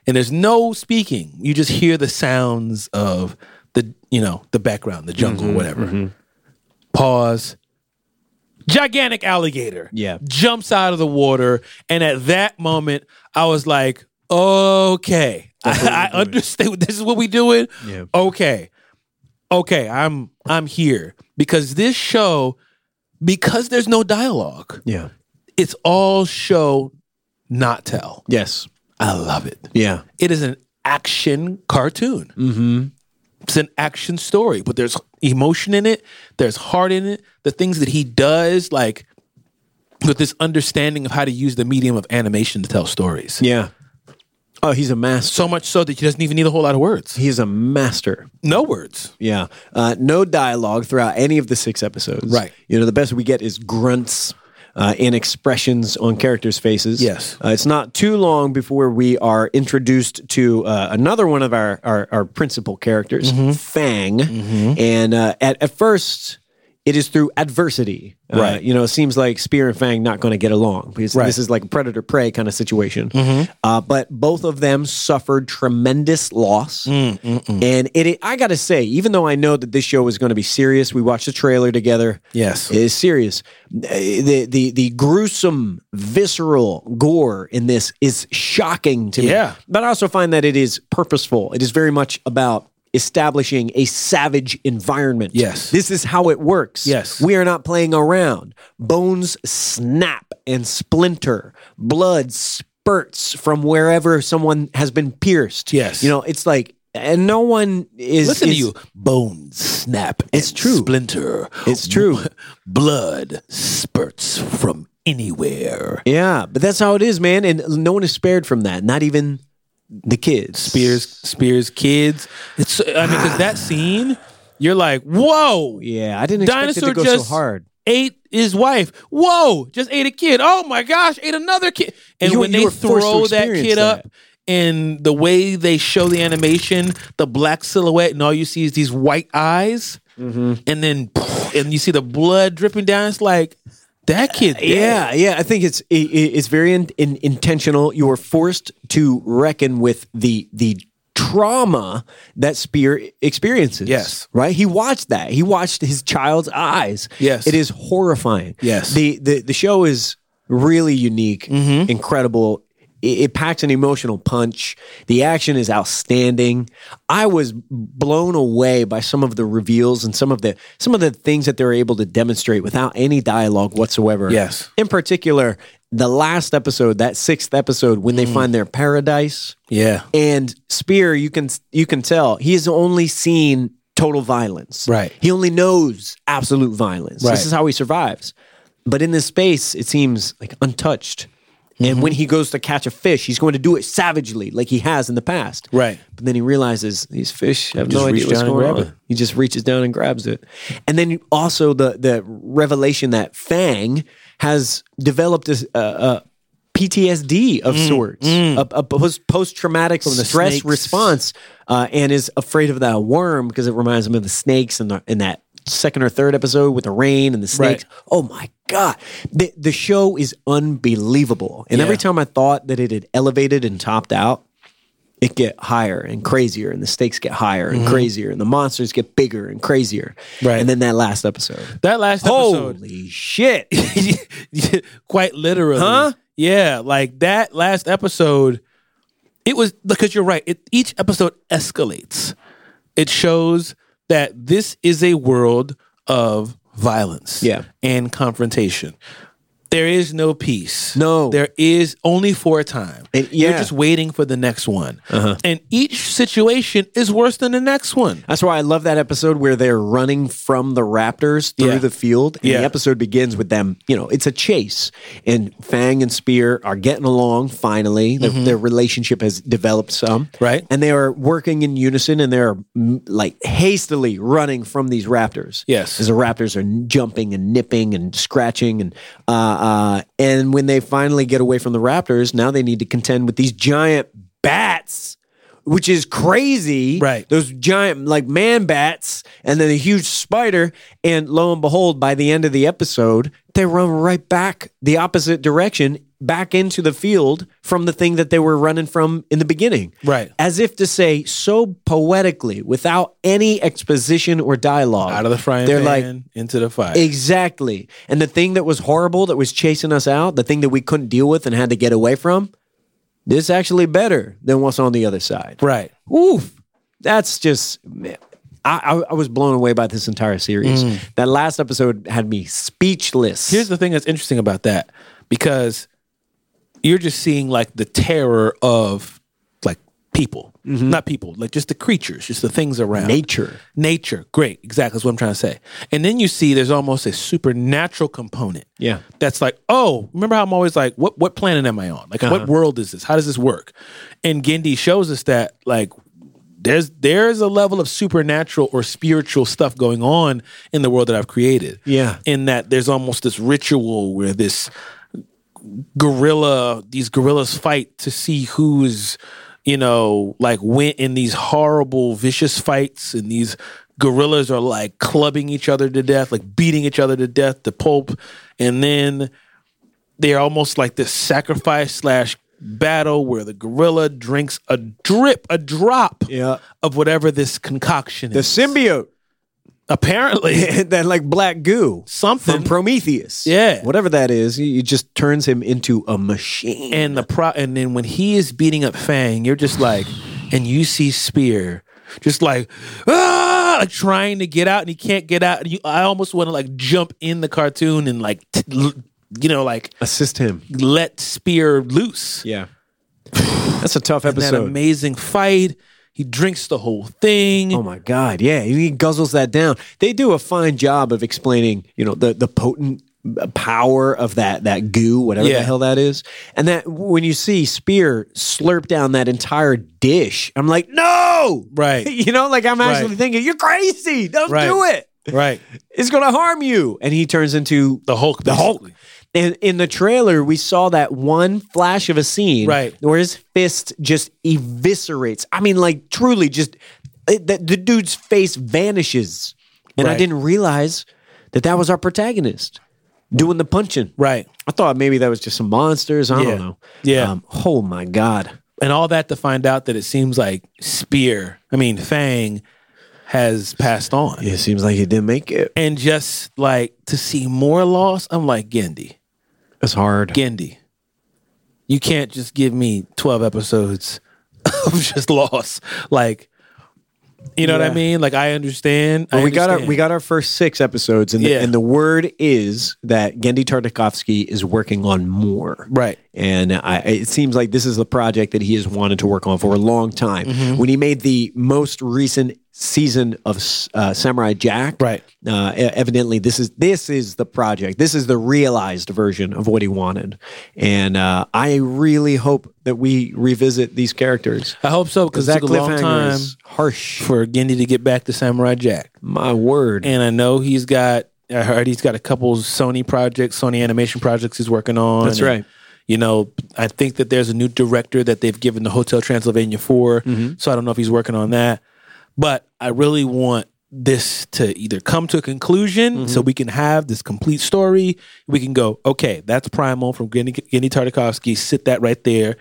and there's no speaking you just hear the sounds of the you know the background the jungle whatever pause gigantic alligator
Yeah.
jumps out of the water and at that moment i was like okay i, I understand this is what we doing
Yeah.
okay okay i'm i'm here because this show because there's no dialogue
Yeah.
it's all show not tell
Yes.
i love it
Yeah.
it is an action cartoon. Mm-hmm. It's an action story, but there's emotion in it. There's heart in it. The things that he does, like with this understanding of how to use the medium of animation to tell stories.
Yeah. Oh, he's a master.
So much so that he doesn't even need a whole lot of words.
He's a master.
No words.
Yeah. Uh, no dialogue throughout any of the six episodes.
Right.
You know, the best we get is grunts. uh, and expressions on characters' faces.
Yes.
Uh, it's not too long before we are introduced to uh, another one of our, our, our principal characters,
Mm-hmm.
Fang. And uh, at, at first, it is through adversity. Uh,
Right.
you know, it seems like Spear and Fang not going to get along because
Right. Mm-hmm.
this is like a predator prey kind of situation. Uh, but both of them suffered tremendous loss.
Mm,
And it, I got to say, even though I know that this show is going to be serious, we watched the trailer together.
Yes.
It is serious. Eh, The, the the gruesome, visceral gore in this is shocking to me.
Yeah.
But I also find that it is purposeful. It is very much about establishing a savage environment.
Yes.
This is how it works.
Yes.
We are not playing around. Bones snap and splinter. Blood spurts from wherever someone has been pierced.
Yes.
You know, it's like and no one is
Listen
is-
to you. Bones snap. It's
true.
Splinter.
It's true.
Blood spurts from anywhere.
Yeah, but that's how it is, man. And no one is spared from that. Not even the kids.
Spears, Spears, kids. It's. I mean, because that scene, you're like, whoa.
Yeah, I didn't expect it
Dinosaur
to go
just-
so hard.
Ate his wife. Whoa! Just ate a kid. Oh my gosh! Ate another kid. And
You-
when
you
they
were forced to
throw that
experience
kid
that.
up, and the way they show the animation, the black silhouette, and all you see is these white eyes,
Mm-hmm.
and then and you see the blood dripping down. It's like that kid. dead.
Yeah, yeah. I think it's i i- it's very in, in, intentional. You were forced to reckon with the the trauma that Spear experiences.
Yes.
right. He watched that. He watched his child's eyes.
Yes.
it is horrifying.
Yes. Mm-hmm.
the the, the show is really unique, incredible. It, it packs an emotional punch. The action is outstanding. I was blown away by some of the reveals and some of the some of the things that they're able to demonstrate without any dialogue whatsoever.
Yes.
In particular, the last episode, that sixth episode, when
Mm.
they find their paradise,
Yeah.
and Spear, you can you can tell he has only seen total violence.
Right.
He only knows absolute violence.
Right.
This is how he survives. But in this space, it seems like untouched.
Mm-hmm.
And when he goes to catch a fish, he's going to do it savagely, like he has in the past.
Right.
But then he realizes these fish have no
just
idea
reach
what's
down and
going
grab
on.
it.
He just reaches down and grabs it. And then also the the revelation that Fang has developed uh, a, a, a PTSD of sorts, a, post traumatic
Mm, the
stress
snakes.
response, uh, and is afraid of that worm because it reminds him of the snakes in, the, in that second or third episode with the rain and the snakes. Oh my God. The, the show is unbelievable. And every
Yeah.
time I thought that it had elevated and topped out, it get higher and crazier and the stakes get higher and crazier and the monsters get bigger and crazier.
Mm-hmm. Right. Oh,
And then that last episode.
That last episode.
Holy shit.
quite literally.
Huh?
Yeah, like that last episode, it was because you're right. It, each episode escalates. It shows that this is a world of violence
Yeah.
and confrontation. There is no peace.
No.
There is only for a time.
And-
You're
yeah.
just waiting for the next one. And each situation is worse than the next one.
That's why I love that episode where they're running from the Raptors through
Yeah.
the field. And
Yeah.
the episode begins with them, you know, it's a chase. And Fang and Spear are getting along finally. Their, their relationship has developed some.
Mm-hmm. Right.
And they are working in unison and they're mm, like hastily running from these Raptors.
Yes.
As the Raptors are jumping and nipping and scratching. And, uh, uh, and when they finally get away from the Raptors, now they need to contend with these giant bats. Which is crazy
Right.
those giant like man bats and then a huge spider and lo and behold by the end of the episode they run right back the opposite direction back into the field from the thing that they were running from in the beginning
Right.
as if to say so poetically without any exposition or dialogue
Out of the frying
they're like
pan into the fire.
Exactly. And the thing that was horrible that was chasing us out, the thing that we couldn't deal with and had to get away from, this actually better than what's on the other side.
right.
Oof. That's just, man, I, I, I was blown away by this entire series. That last episode had me speechless.
Mm. here's the thing that's interesting about that because you're just seeing like the terror of like people not people like just the creatures just the things around
Mm-hmm. Nature.
nature great exactly that's what i'm trying to say and then you see there's almost a supernatural component
Yeah.
that's like oh remember how i'm always like what what
Uh-huh.
planet am i on like what world is this how does this work and gendy shows us that like there's there's a level of supernatural or spiritual stuff going on in the world that I've created.
Yeah.
In that there's almost this ritual where this gorilla these gorillas fight to see who's you know like went in these horrible vicious fights and these gorillas are like clubbing each other to death like beating each other to death the pulp and then they're almost like this sacrifice slash battle where the gorilla drinks a drip a drop
Yeah.
of whatever this concoction
The
is
symbiote,
apparently
that like black goo
something
from Prometheus.
Yeah.
Whatever that is, it it just turns him into a machine.
and the pro and then when he is beating up Fang, you're just like, and you see Spear just like, ah, like trying to get out and he can't get out. And you, I almost want to like jump in the cartoon and like, t- l- you know, like
Assist him.
let Spear loose.
Yeah. That's a tough
That
episode.
amazing fight. He drinks the whole thing.
Oh my God! Yeah, he guzzles that down. They do a fine job of explaining, you know, the the potent uh, power of that that goo, whatever
Yeah.
the hell that is, and that when you see Spear slurp down that entire dish, I'm like, no,
Right.
you know, like I'm actually
Right.
thinking, you're crazy. Don't
Right.
do it.
Right.
It's going to harm you. And he turns into
The Hulk.
The Hulk.
basically.
And in the trailer, we saw that one flash of a scene
Right.
where his fist just eviscerates. I mean, like truly, just it, the, the dude's face vanishes. And I
Right.
didn't realize that that was our protagonist doing the punching.
Right.
I thought maybe that was just some monsters. I
Yeah.
don't know.
Yeah.
oh my God.
And all that to find out that it seems like Spear, I mean, Fang has passed on.
It seems like he didn't make it.
and just like to see more loss, I'm like Gendy,
It's hard.
Gendy. You can't just give me 12 episodes of just loss. Like, you know what I
Yeah.
mean? Like, I understand. I
Well, we got our
understand.
we got our first six episodes, and the,
Yeah.
and the word is that Gendy Tartakovsky is working on more.
right.
And I, it seems like this is the project that he has wanted to work on for a long time.
Mm-hmm.
When he made the most recent season of uh, Samurai Jack,
Right.
Uh, e- evidently, this is this is the project. This is the realized version of what he wanted. And uh, I really hope that we revisit these characters
I hope so because it
that
took a long
cliffhanger
time
is harsh.
for Gendy to get back to Samurai Jack.
My word.
And I know he's got, I heard he's got a couple Sony projects, Sony animation projects he's working on.
That's
And,
right.
you know, I think that there's a new director that they've given the Hotel Transylvania for.
Mm-hmm.
So I don't know if he's working on that. But I really want this to either come to a conclusion so
Mm-hmm.
we can have this complete story. We can go, okay, that's Primal from Genny Genny Tartakovsky. Sit that right there.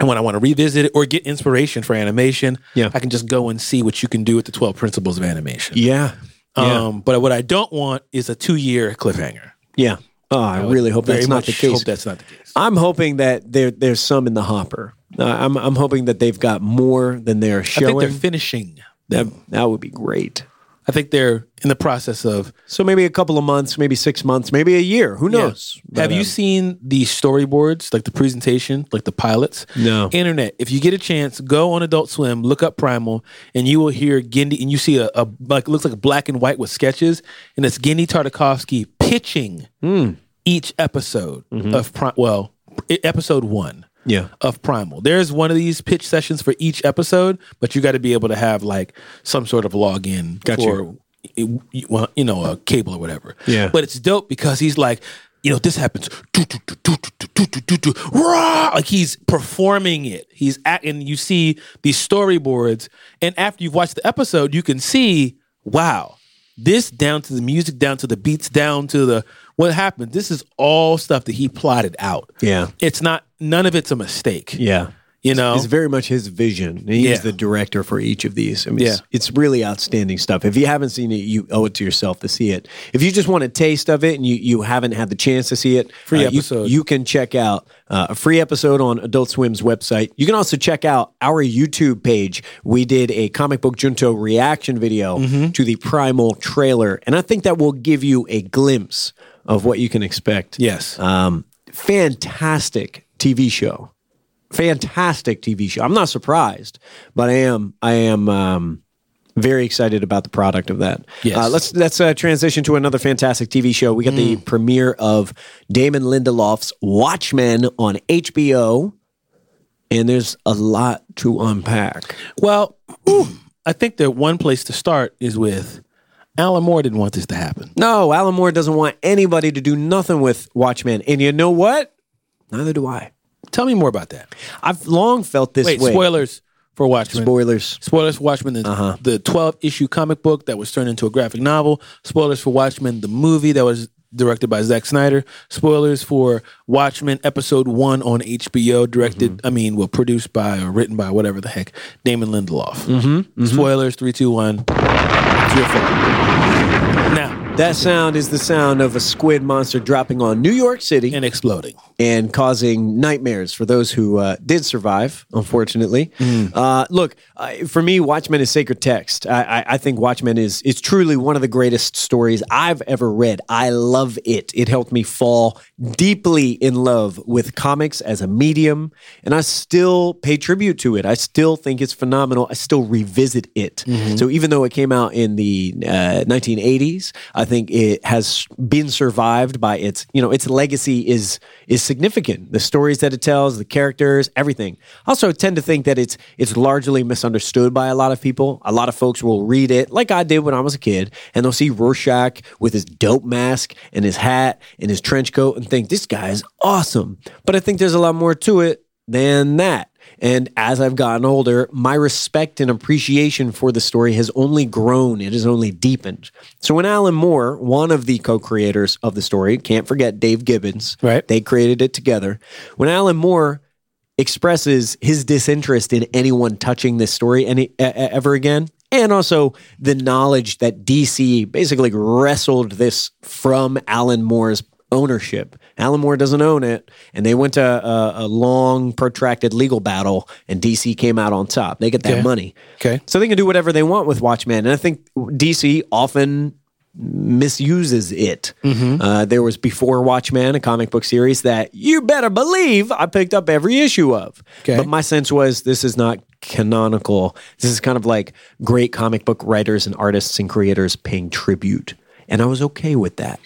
And when I want to revisit it or get inspiration for animation,
Yeah.
I can just go and see what you can do with the 12 principles of animation.
yeah. Yeah.
Um, but what I don't want is a two year cliffhanger.
yeah. Oh, I, really hope
Very
that's not
much
the case.
hope that's not the case.
I'm hoping that there there's some in the hopper. Uh, I'm I'm hoping that they've got more than they're
I think
showing.
they're finishing them.
that, that would be great.
I think they're in the process of.
So maybe a couple of months, maybe six months, maybe a year. Who knows? But,
Have you
um,
seen the storyboards, like the presentation, like the pilots?
No.
Internet. If you get a chance, go on Adult Swim, look up Primal, and you will hear Gendy, and you see a, a like looks like black and white with sketches, and it's Gendy Tartakovsky pitching
Hmm.
each episode of Pri- well, e- episode one.
Mm-hmm. Yeah.
of Primal. There's one of these pitch sessions for each episode, but you got to be able to have like some sort of login
Got
or you. well, you know, a cable or whatever.
Yeah.
But it's dope because he's like, you know, this happens. Do, do, do, do, do, do, do, do, do, do, rah! Like he's performing it. He's at, and you see these storyboards. And after you've watched the episode, you can see, wow, this down to the music, down to the beats, down to the what happened. This is all stuff that he plotted out
Yeah.
it's not none of it's a mistake
Yeah.
you know
It's very much his vision. He's
Yeah.
the director for each of these. I mean, it's,
Yeah.
it's really outstanding stuff. If you haven't seen it, you owe it to yourself to see it. If you just want a taste of it and you, you haven't had the chance to see it,
Free
uh, you-
episode.
you, can check out uh, a free episode on Adult Swim's website. You can also check out our YouTube page. We did a comic book junto reaction video
Mm-hmm.
to the Primal trailer, and I think that will give you a glimpse of what you can expect.
yes
Um, fantastic TV show. Fantastic TV show. I'm not surprised, but I am. I am um, very excited about the product of that.
Yes.
Uh, let's let's uh, transition to another fantastic TV show. We got the premiere of Damon Lindelof's Watchmen on HBO. and there's a lot to unpack.
Well, I think that one place to start is with Alan Moore didn't want this to happen.
No, Alan Moore doesn't want anybody to do nothing with Watchmen, and you know what? Neither do I.
Tell me more about that.
I've long felt this
Wait,
way.
spoilers for Watchmen.
Spoilers.
Spoilers for Watchmen, the, the 12 issue comic book that was turned into a graphic novel. Spoilers for Watchmen, the movie that was directed by Zack Snyder. Spoilers for Watchmen, episode one on HBO, directed, I mean, well, produced by or written by whatever the heck, Damon Lindelof. mm-hmm. Spoilers, three, two, one. It's your fault. Now,
That sound is the sound of a squid monster dropping on New York City
and exploding.
and causing nightmares for those who uh, did survive, unfortunately. Uh, look, uh, for me, Watchmen is sacred text. I, I, I think Watchmen is, is truly one of the greatest stories I've ever read. I love it. It helped me fall deeply in love with comics as a medium, and I still pay tribute to it. I still think it's phenomenal. I still revisit it. So even though it came out in the uh, 1980s, I think it has been survived by its, you know, its legacy is is significant. The stories that it tells, the characters, everything. I also tend to think that it's it's largely misunderstood by a lot of people. A lot of folks will read it, like I did when I was a kid, and they'll see Rorschach with his dope mask and his hat and his trench coat and think this guy is awesome. But I think there's a lot more to it than that. And as I've gotten older, my respect and appreciation for the story has only grown. It has only deepened. So when Alan Moore, one of the co-creators of the story, can't forget Dave Gibbons,
Right.
They created it together. When Alan Moore expresses his disinterest in anyone touching this story any e- e- ever again, and also the knowledge that DC basically wrestled this from Alan Moore's ownership. Alan Moore doesn't own it, and they went to a, a long, protracted legal battle, and DC came out on top. They get that
Okay.
money,
Okay.
so they can do whatever they want with Watchmen, and I think DC often misuses it. Uh, there was before Watchmen, a comic book series that you better believe I picked up every issue of.
Okay.
But my sense was this is not canonical. This is kind of like great comic book writers and artists and creators paying tribute, and I was okay with that.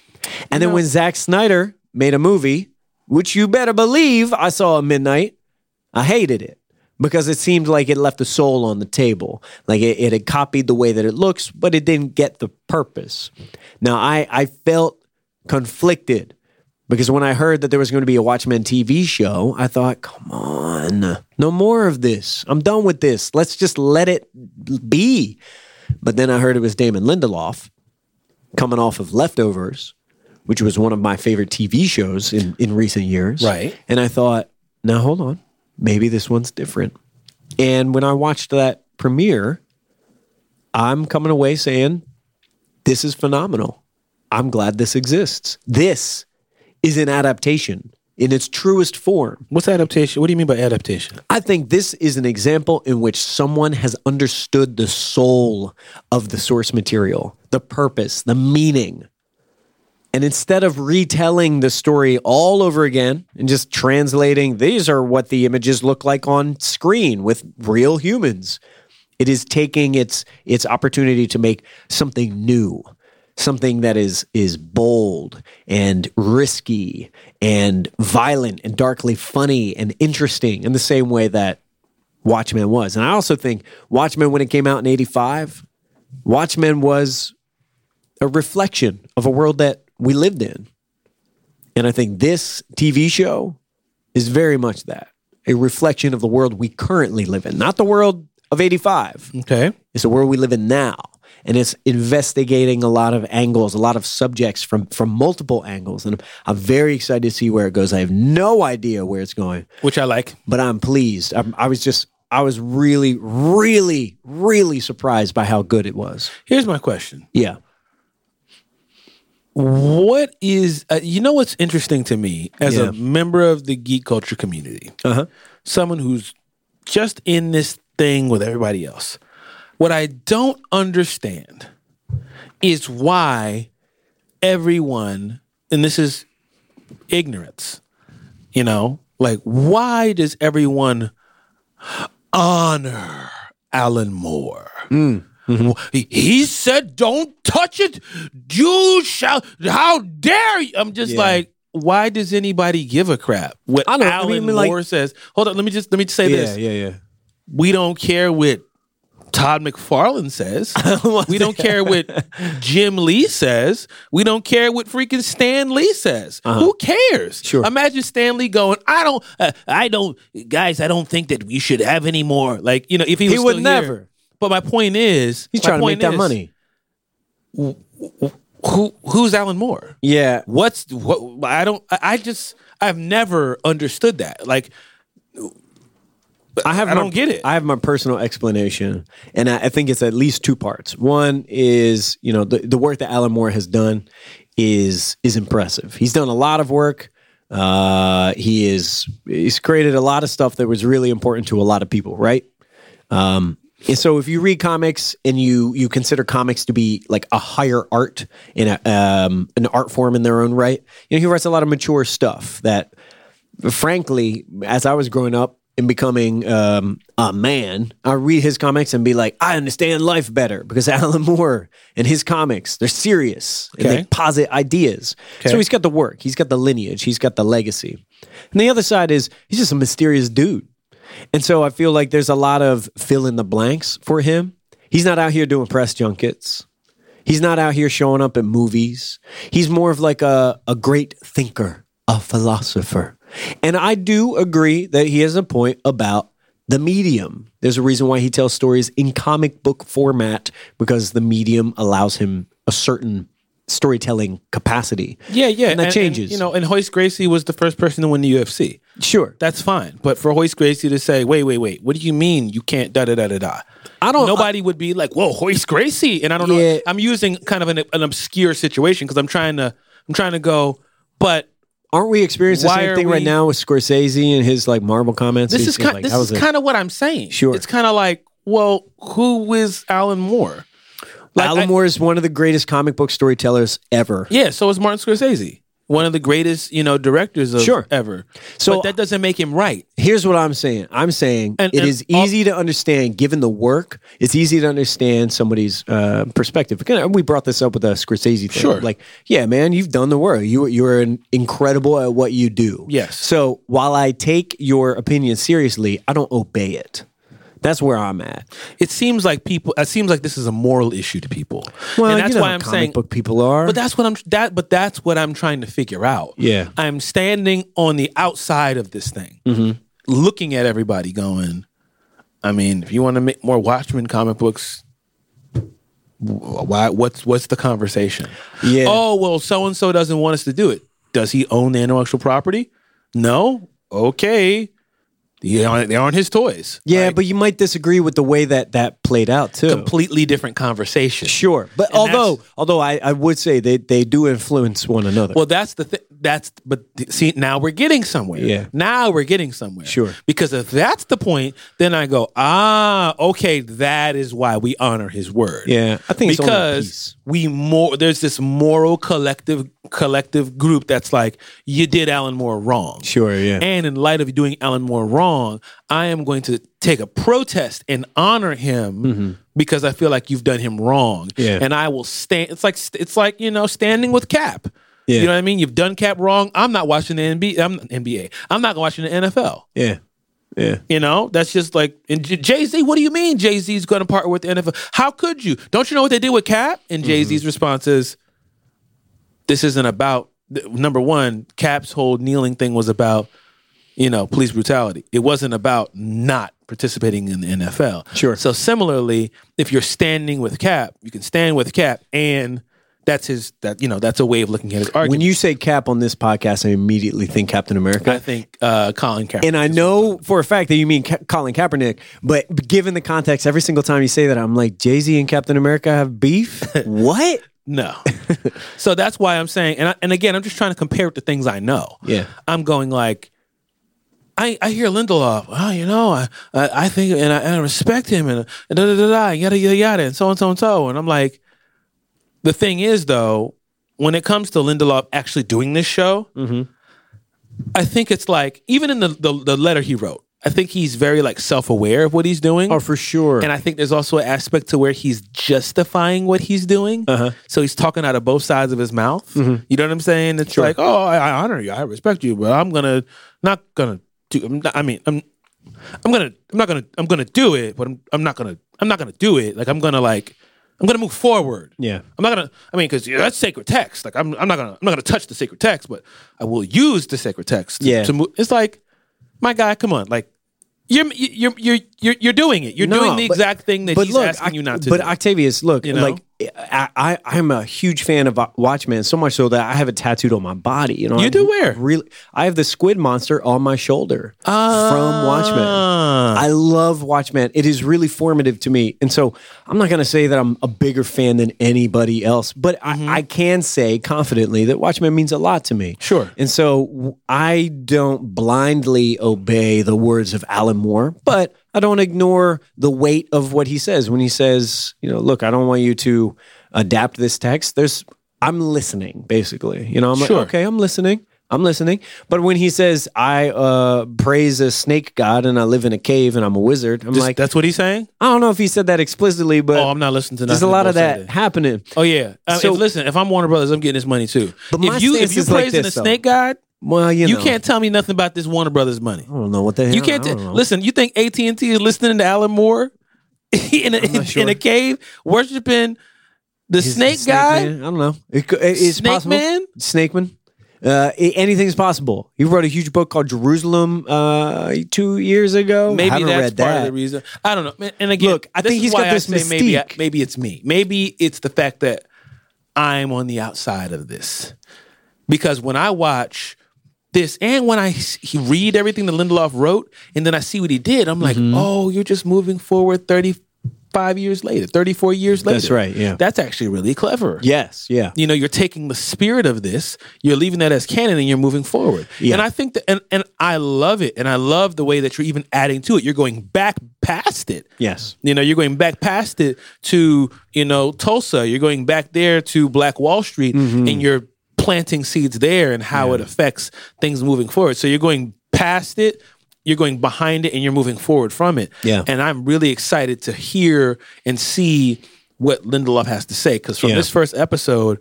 And then when Zack Snyder made a movie, which you better believe I saw at midnight. I hated it because it seemed like it left the soul on the table. Like it, it had copied the way that it looks, but it didn't get the purpose. Now, I, I felt conflicted because when I heard that there was going to be a Watchmen TV show, I thought, come on, no more of this. I'm done with this. Let's just let it be. But then I heard it was Damon Lindelof coming off of Leftovers, which was one of my favorite TV shows in, in recent years.
Right.
And I thought, now hold on, maybe this one's different. And when I watched that premiere, I'm coming away saying, this is phenomenal. I'm glad this exists. This is an adaptation in its truest form.
What's adaptation? What do you mean by adaptation?
I think this is an example in which someone has understood the soul of the source material, the purpose, the meaning. And instead of retelling the story all over again and just translating, these are what the images look like on screen with real humans, it is taking its its opportunity to make something new, something that is is bold and risky and violent and darkly funny and interesting in the same way that Watchmen was. And I also think Watchmen when it came out in 85, Watchmen was a reflection of a world that we lived in. And I think this TV show is very much that a reflection of the world we currently live in, not the world of 85.
Okay.
It's the world we live in now. And it's investigating a lot of angles, a lot of subjects from, from multiple angles. And I'm, I'm very excited to see where it goes. I have no idea where it's going
Which I like.
but I'm pleased. I'm, I was just, I was really, really, really surprised by how good it was.
Here's my question.
Yeah.
What is uh, you know what's interesting to me as
Yeah.
a member of the geek culture community,
Uh huh.
someone who's just in this thing with everybody else. What I don't understand is why everyone, and this is ignorance, you know, like why does everyone honor Alan Moore?
Mm, mm-hmm.
He, he said, "Don't touch it. You shall. How dare you?" I'm just like, why does anybody give a crap what
I don't- I
Alan
mean, like-
Moore says? Hold on, let me just let me just say
yeah,
this.
yeah, yeah.
We don't care what Todd McFarlane says. we don't care what Jim Lee says. We don't care what freaking Stan Lee says. Who cares?
Uh-huh. Sure.
Imagine Stan Lee going, "I don't, uh, I don't, guys, I don't think that we should have any more." Like you know, if he,
He
was
would
still here.
never.
But my point is,
He's
my
trying to
point
make that
is,
money.
Who who's Alan Moore?
Yeah.
what's what i don't i I just i've never understood that like
I have.
I
my-
don't get it.
I have my personal explanation, and I, I think it's at least two parts. One is you know the, the work that Alan Moore has done is is impressive. He's done a lot of work. Uh, he is he's created a lot of stuff that was really important to a lot of people, right? Um, And so, if you read comics and you you consider comics to be like a higher art in a um, an art form in their own right, you know he writes a lot of mature stuff that, frankly, as I was growing up and becoming um, a man, I read his comics and be like, I understand life better because Alan Moore and his comics they're serious and
Okay.
they posit ideas. So he's got the work, he's got the lineage, he's got the legacy, and the other side is he's just a mysterious dude. And so I feel like there's a lot of fill in the blanks for him. He's not out here doing press junkets. He's not out here showing up at movies. He's more of like a, a great thinker, a philosopher. And I do agree that he has a point about the medium. There's a reason why he tells stories in comic book format because the medium allows him a certain storytelling capacity. And that changes.
you know and hoist gracie was the first person to win the ufc
sure.
that's fine but for hoist gracie to say wait wait wait what do you mean you can't da da da da da
I don't-
nobody would be like whoa hoist gracie and i don't
Yeah.
know i'm using kind of an, an obscure situation because i'm trying to i'm trying to go but
Aren't we experiencing the
Why
same
are
thing right
we-
now with Scorsese and his like Marvel comments?
this
He's
is
just
kind
like,
this
"That
is
was a-
kind of what i'm saying
Sure.
it's kind of like well who is alan moore Like,
Alan
I-
Moore is one of the greatest comic book storytellers ever.
Yeah, so is Martin Scorsese, one of the greatest you know directors of
Sure.
ever.
So-
So but that doesn't make him right.
Here's what I'm saying. I'm saying it
And-
is
and al-
easy to understand, given the work. It's easy to understand somebody's uh, perspective. Again, We brought this up with the Scorsese thing.
Sure.
Like, yeah, man, you've done the work. You you're an- incredible at what you do.
Yes.
So while I take your opinion seriously, I don't obey it. That's where I'm at.
It seems like people. It seems like this is a moral issue to people.
Well,
and that's
you know
why
how
I'm
comic
saying.
book people are.
But that's what I'm that. But that's what I'm trying to figure out.
Yeah. Mm-hmm.
I'm standing on the outside of this thing, looking at everybody going. I mean, if you want to make more Watchmen comic books, wh- why? What's what's the conversation?
yeah.
Oh, well, so and so doesn't want us to do it. Does he own the intellectual property? No. Okay. They aren't, they aren't his toys.
yeah,
Like,
but you might disagree with the way that that played out too.
completely different conversation.
Sure, but
And that's-
although although I, I would say they, they do influence one another.
Well, that's the thing. That's but th- see now we're getting somewhere.
Yeah.
Now we're getting somewhere.
Sure.
Because if that's the point, then I go ah okay that is why we honor his word.
yeah, I think it's only a piece.
because we more there's this moral collective collective group that's like you did Alan Moore wrong.
Sure, yeah.
And in light of doing Alan Moore wrong, I am going to take a protest and honor him because I feel like you've done him wrong.
Mm-hmm. Yeah.
And I will stand. It's like it's like you know standing with Cap.
Yeah.
You know what I mean? You've done Cap wrong. I'm not watching the NBA. I'm NBA. I'm not watching the NFL.
Yeah, yeah.
You know, that's just like and Jay Z. What do you mean Jay Z's going to partner with the NFL? How could you? Don't you know what they did with Cap? And
Mm-hmm.
Jay Z's response is, "This isn't about th- number one. Cap's whole kneeling thing was about." You know, police brutality. It wasn't about not participating in the NFL.
Sure.
So similarly, if you're standing with Cap, you can stand with Cap, and that's his. That you know, that's a way of looking at his argument.
When you say Cap on this podcast, I immediately think Captain America.
I think uh, Colin Kaepernick.
and I know for a fact that you mean Ka- Colin Kaepernick, but given the context, every single time you say that, I'm like, Jay Z and Captain America have beef? what?
No. so that's why I'm saying, and I, and again, I'm just trying to compare it to things I know.
Yeah.
I'm going like, I, I hear Lindelof. Oh, you know, I I, I think and I, and I respect him and da da da da yada yada yada and so and so and so. And I'm like, the thing is though, when it comes to Lindelof actually doing this show, I think it's like even in the the, the letter he wrote, I think he's very like self-aware of what he's doing.
Oh, for sure.
And I think there's also an aspect to where he's justifying what he's doing.
Uh-huh. Mm-hmm.
So he's talking out of both sides of his mouth. You know what I'm saying? It's
Sure.
like, oh, I, I honor you, I respect you, but I'm gonna not gonna do. I'm not, I mean, I'm I'm gonna I'm not gonna I'm gonna do it, but I'm I'm not gonna I'm not gonna do it. Like I'm gonna like I'm gonna move forward.
Yeah.
I'm not gonna. I mean, because that's sacred text. Like I'm I'm not gonna I'm not gonna touch the sacred text, but I will use the sacred text.
Yeah.
To move. It's like, my guy, come on, like. You're you're you're you're you're doing it. You're
No,
doing the
but-
exact thing that he's asking
Oc-
you not to.
But
do.
Octavius, look,
You know?
like I, I, I'm a huge fan of uh, Watchmen, so much so that I have it tattooed on my body. You know,
You
I
do where?
Really, I have the squid monster on my shoulder from Watchmen.
Ah.
I love Watchmen. It is really formative to me, and so I'm not going to say that I'm a bigger fan than anybody else, but
Mm-hmm.
I, I can say confidently that Watchmen means a lot to me.
Sure.
And so w- I don't blindly obey the words of Alan Moore, but I don't ignore the weight of what he says when he says, you know, look, I don't want you to adapt this text. There's, I'm listening, basically. You know, I'm
Sure.
like, okay, I'm listening. I'm listening. But when he says, I uh, praise a snake god and I live in a cave and I'm a wizard, I'm
Just-
like,
that's what he's saying.
I don't know if he said that explicitly, but
Oh, I'm not listening to.
there's a
nothing
lot of
bullshit.
that happening.
Oh yeah. Uh,
So-
if, listen, if I'm Warner Brothers, I'm getting this money too.
But my
if you
stance
if you
is like
praising
this,
the
though.
snake god,
Well, you,
you
know,
can't tell me nothing about this Warner Brothers money.
I don't know what the hell.
You can't
I
t-
don't know.
listen. You think AT and T is listening to Alan Moore in a, in,
sure.
a cave worshiping the
Is it
snake, guy,
Man? I don't know. It, cou- it- it's
snake
possible.
man?
Snake man. Uh, i- anything's possible. He wrote a huge book called Jerusalem uh, two years ago.
Maybe
Haven't
that's
read
part
that.
of the reason. I don't know. Man, And again,
Look, I
this
think
is
he's
why
got this
I say Maybe, I-
mystique.
maybe it's me. Maybe it's the fact that I'm on the outside of this. Because when I watch this and when I s- he read everything that Lindelof wrote and then I see what he did, I'm like,
Mm-hmm.
oh, you're just moving forward 35 years later, 34 years later.
That's right, yeah.
That's actually really clever
Yes. Yeah.
you know you're taking the spirit of this you're leaving that as canon and you're moving forward
Yeah.
and i think that and, and i love it and i love the way that you're even adding to it you're going back past it
Yes.
you know you're going back past it to you know tulsa you're going back there to black wall street
Mm-hmm.
and you're planting seeds there and how it affects things moving forward so you're going past it you're going behind it and you're moving forward from it
Yeah.
and i'm really excited to hear and see what lindelof has to say because from
Yeah.
this first episode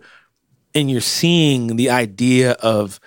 and you're seeing the idea of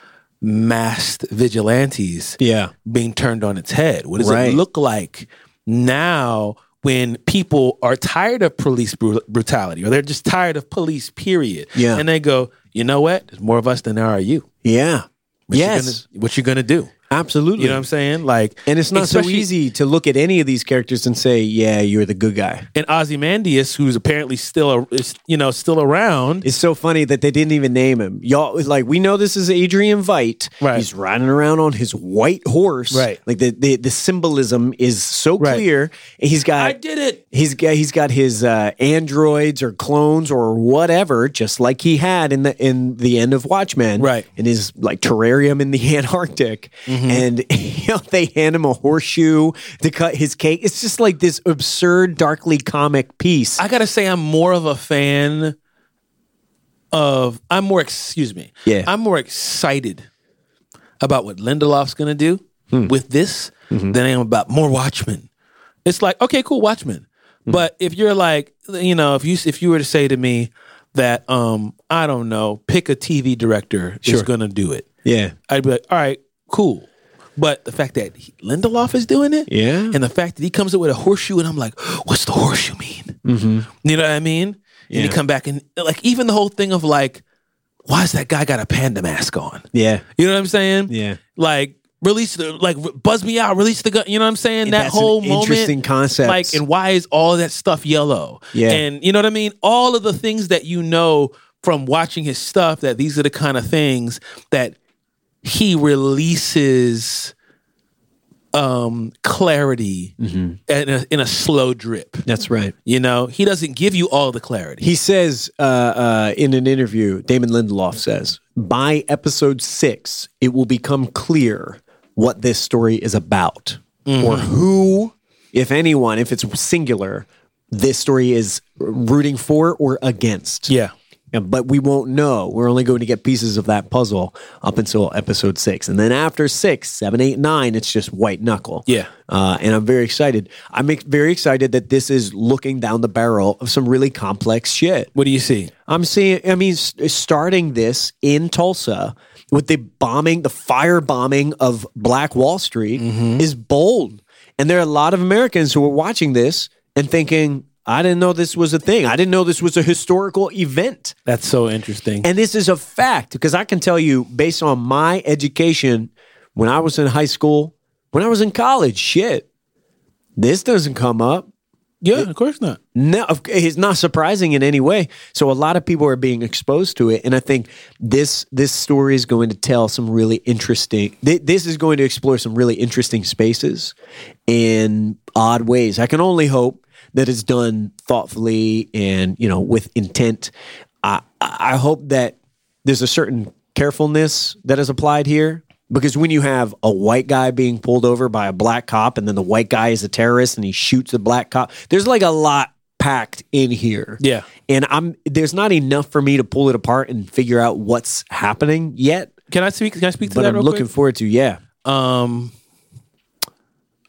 masked vigilantes
Yeah.
being turned on its head? What does
Right.
it look like now when people are tired of police bru- brutality or they're just tired of police, period?
Yeah.
And they go, you know what? There's more of us than there are you.
Yeah.
What you
yes.
gonna- what you going to do?
absolutely.
You know what I'm saying? Like,
and it's not so
especially-
easy to look at any of these characters and say, "Yeah, you're the good guy."
And Ozymandias, who's apparently still, a, is, you know, still around.
It's so funny that they didn't even name him. Y'all it's like we know this is Adrian Veidt.
Right.
He's riding around on his white horse.
Right.
Like the the, the symbolism is so
Right.
clear. And He's got
I did it.
He's got he's got his uh, androids or clones or whatever, just like he had in the in the end of Watchmen,
Right. Mm-hmm.
In his like terrarium in the Antarctic, and you know, they hand him a horseshoe to cut his cake. It's just like this absurd, darkly comic piece.
I gotta say, I'm more of a fan of. I'm more. Excuse me.
Yeah.
I'm more excited about what Lindelof's gonna do with this than I am about more Watchmen. It's like, okay, cool, Watchmen. But if you're like, you know, if you if you were to say to me that, um, I don't know, pick a TV director is gonna do it.
yeah,
I'd be like, all right, cool. But the fact that he, Lindelof is doing it,
Yeah.
and the fact that he comes up with a horseshoe, and I'm like, what's the horseshoe mean? Mm-hmm. You know what I mean? And
Yeah.
you come back and like even the whole thing of like, why's that guy got a panda mask on?
yeah,
You know what I'm saying?
Yeah.
Like release the like r- buzz me out, release the gun. You know what I'm saying? that
that's an
whole moment,
interesting concept.
Like, and why is all that stuff yellow?
Yeah.
and you know what I mean. All of the things that you know from watching his stuff that these are the kind of things that he releases um clarity in, a, in a slow drip
that's right.
you know he doesn't give you all the clarity
He says uh, uh, in an interview, Damon Lindelof says, by episode six, it will become clear what this story is about or who, if anyone, if it's singular, this story is rooting for or against.
yeah
And- But we won't know. We're only going to get pieces of that puzzle up until episode six. And then after six, seven, eight, nine, it's just white knuckle.
Yeah.
Uh, and I'm very excited. I'm ex- very excited that this is looking down the barrel of some really complex shit.
What do you see?
I'm seeing. I mean, s- starting this in Tulsa with the bombing, the fire bombing of Black Wall Street is bold, and there are a lot of Americans who are watching this and thinking, "I didn't know this was a thing. I didn't know this was a historical event."
That's so interesting.
And this is a fact because I can tell you, based on my education, when I was in high school, when I was in college, shit, this doesn't come up.
yeah, of course not.
No, of- it's not surprising in any way. So a lot of people are being exposed to it, and I think this this story is going to tell some really interesting. Th- this is going to explore some really interesting spaces in odd ways. I can only hope that it's done thoughtfully and you know with intent. I I I hope that there's a certain carefulness that is applied here because when you have a white guy being pulled over by a black cop and then the white guy is a terrorist and he shoots the black cop there's like a lot packed in here
Yeah.
and i'm there's not enough for me to pull it apart and figure out what's happening yet
Can I speak? Can I speak to
but
that?
i'm
real
looking
quick?
forward to yeah
um,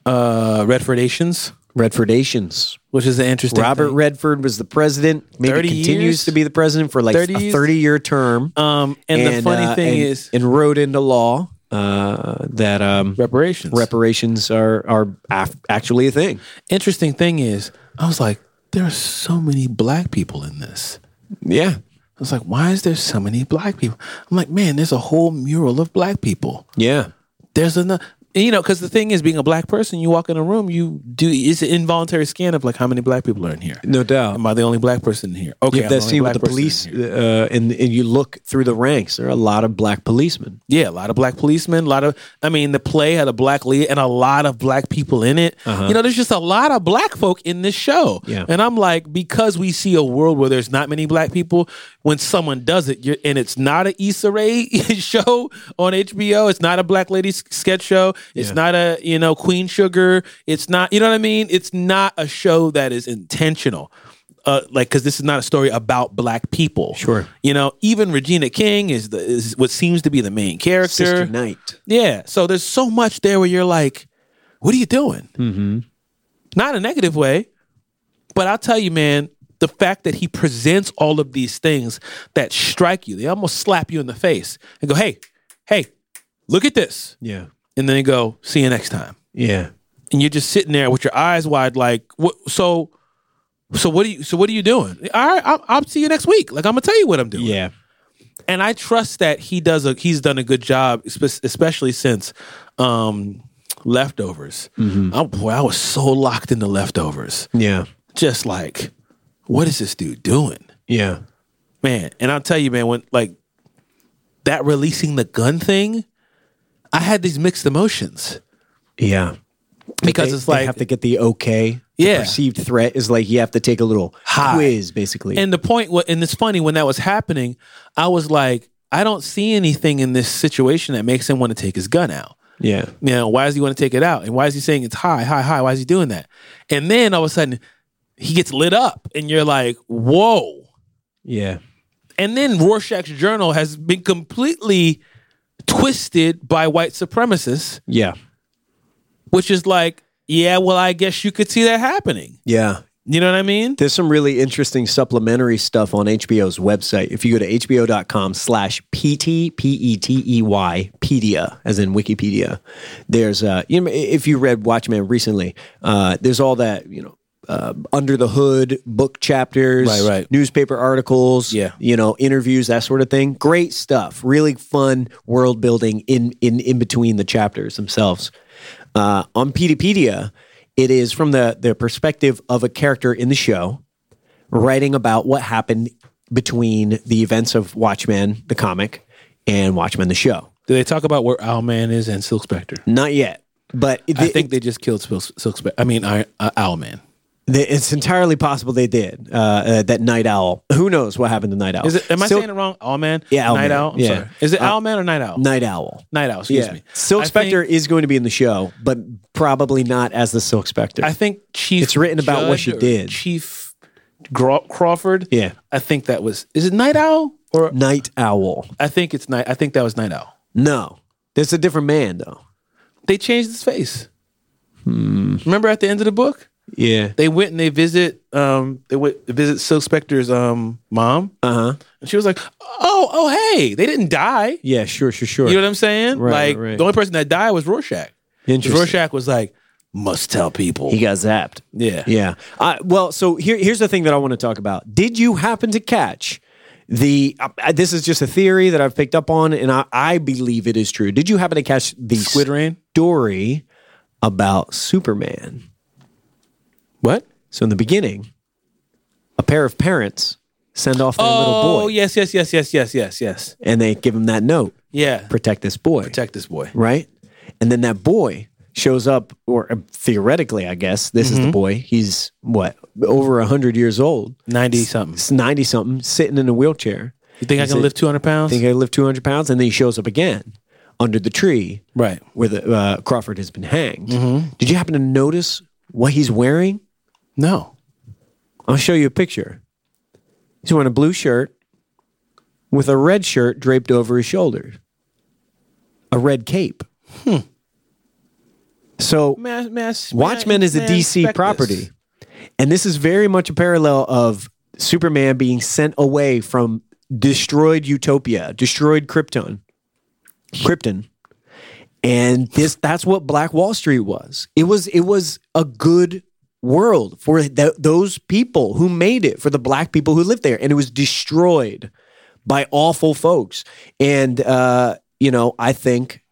uh, Redfordations,
redfordations
which is an interesting.
robert
thing.
redford was the president maybe
30
continues
years?
to be the president for like
30
a
years?
30 year term
Um, and, the funny
uh,
thing
and-
is
and wrote into law uh, that um,
reparations.
reparations are are af- actually a thing.
interesting thing is, I was like, there are so many black people in this.
Yeah,
I was like, why is there so many black people? I'm like, man, there's a whole mural of black people.
yeah,
There's another. You know, because the thing is, being a black person, you walk in a room, you do it's an involuntary scan of like how many black people are in here.
no doubt.
Am I the only black person in here? Okay,
You
I'm
have
the
that
only
scene
black
with the
person in
police,
here.
uh, and and you look through the ranks. There are a lot of black policemen.
Yeah, a lot of black policemen, a lot of I mean, the play had a black lead and a lot of black people in it. You know, there's just a lot of black folk in this show.
Yeah.
And I'm like, because we see a world where there's not many black people, when someone does it, you're, and it's not an Issa Rae show on HBO, it's not a black lady s- sketch show, it's not a, you know, Queen Sugar, it's not, you know what I mean? It's not a show that is intentional. Uh, like, because this is not a story about black people.
Sure.
You know, even Regina King is the is what seems to be the main character.
Sister Knight.
Yeah. So there's so much there where you're like, what are you doing? Mm-hmm. Not in a negative way, but I'll tell you, man, the fact that he presents all of these things that strike you, they almost slap you in the face and go, hey, hey, look at this.
Yeah,
And then they go, see you next time
yeah.
and you're just sitting there with your eyes wide, like, what? So, so what are you? So what are you doing? All right, I'll, I'll see you next week. Like, I'm gonna tell you what I'm doing.
Yeah,
And I trust that he does a he's done a good job, espe- especially since um leftovers.
Mm-hmm.
Oh boy, I was so locked into leftovers.
yeah,
Just like, what is this dude doing,
yeah,
man? And I'll tell you, man, when like that releasing the gun thing, I had these mixed emotions
yeah.
because
They-
it's
they
like
have to get the okay.
Yeah.
the perceived threat is like you have to take a little
High.
quiz, basically.
And the point, wa- and it's funny when that was happening, I was like, I don't see anything in this situation that makes him want to take his gun out.
yeah,
You know, why does he want to take it out? And why is he saying it's high, high, high? Why is he doing that? And then all of a sudden, he gets lit up, and you're like, whoa.
yeah,
And then Rorschach's journal has been completely twisted by white supremacists,
yeah,
which is like, yeah, well, I guess you could see that happening.
yeah.
You know what I mean?
There's some really interesting supplementary stuff on HBO's website. If you go to hbo.com slash pt, P-E-T-E-Y, E pedia, as in Wikipedia, there's, uh, you know, if you read Watchmen recently, uh, there's all that, you know, uh, under the hood book chapters,
Right, right.
newspaper articles,
Yeah.
you know, interviews, that sort of thing. Great stuff. Really fun world building in in in between the chapters themselves. Uh, on Pedopedia, it is from the the perspective of a character in the show writing about what happened between the events of Watchmen, the comic, and Watchmen, the show.
Do they talk about where Owlman is and Silk Spectre?
Not yet, but it,
I think they just killed Silk, Silk Spectre. I mean, I, uh, Owlman.
Th- It's entirely possible they did. Uh, uh, that Night Owl. Who knows what happened to Night Owl?
Is it? Am I
Silk-
saying it wrong? Owl man.
Yeah, Owl
night
Man.
owl. I'm
Yeah.
sorry. Is it owl man or night owl?
Night Owl.
Night owl. Excuse me.
Silk
I
Spectre
Think,
is going to be in the show, but probably not as the Silk Spectre.
I think chief.
It's written about what
Judge
she
or
did.
Chief Gra- Crawford.
Yeah.
I think that was. Is it Night Owl or
Night Owl.
I think it's Night. I think that was Night Owl.
No, that's a different man though.
They changed his face.
Hmm.
Remember at the end of the book,
Yeah.
they went and they visit. Um, they went to visit Silk Spectre's um mom,
Uh huh.
and she was like, "Oh, oh, hey, they didn't die."
Yeah. Sure. Sure. Sure.
You know what I'm saying?
Right,
like
right.
the only person that died was Rorschach. 'Cause
Interesting.
Rorschach was like, "Must tell people."
He got zapped.
yeah.
Yeah. I, well, so here, here's the thing that I want to talk about. Did you happen to catch the? Uh, uh, this is just a theory that I've picked up on, and I, I believe it is true. Did you happen to catch the
Squid Rain.
story about Superman?
What?
So in the beginning, a pair of parents send off their little
Oh
boy,
yes, yes, yes, yes, yes, yes, yes.
and they give him that note:
Yeah.
protect this boy.
Protect this boy.
right? And then that boy shows up, or uh, theoretically, I guess this
Mm-hmm.
is the boy. He's what over hundred years old,
Ninety something.
ninety something, sitting in a wheelchair.
You think I can
it-
lift two hundred pounds?
Think I lift two hundred pounds, and then he shows up again under the tree
right.
where the uh, Crawford has been hanged. Did you happen to notice what he's wearing?
No.
I'll show you a picture. He's wearing a blue shirt with a red shirt draped over his shoulders, a red cape. So
Mass, mass,
Watchmen is a DC property. And this is very much a parallel of Superman being sent away from destroyed Utopia, destroyed Krypton. Krypton. And this that's what Black Wall Street was. It was it was a good world for th- those people who made it, for the black people who lived there and it was destroyed by awful folks. And uh, you know, I think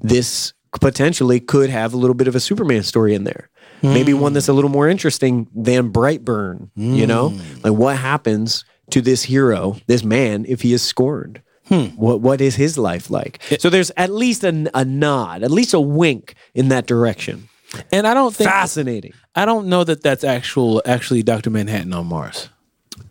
this potentially could have a little bit of a Superman story in there. Maybe one that's a little more interesting than Brightburn, you know?
Hmm.
Like what happens to this hero, this man, if he is scorned?
Hmm.
What what is his life like? so there's at least an, a nod, at least a wink in that direction.
And I don't think
Fascinating.
I don't know that that's actual actually Doctor Manhattan on Mars.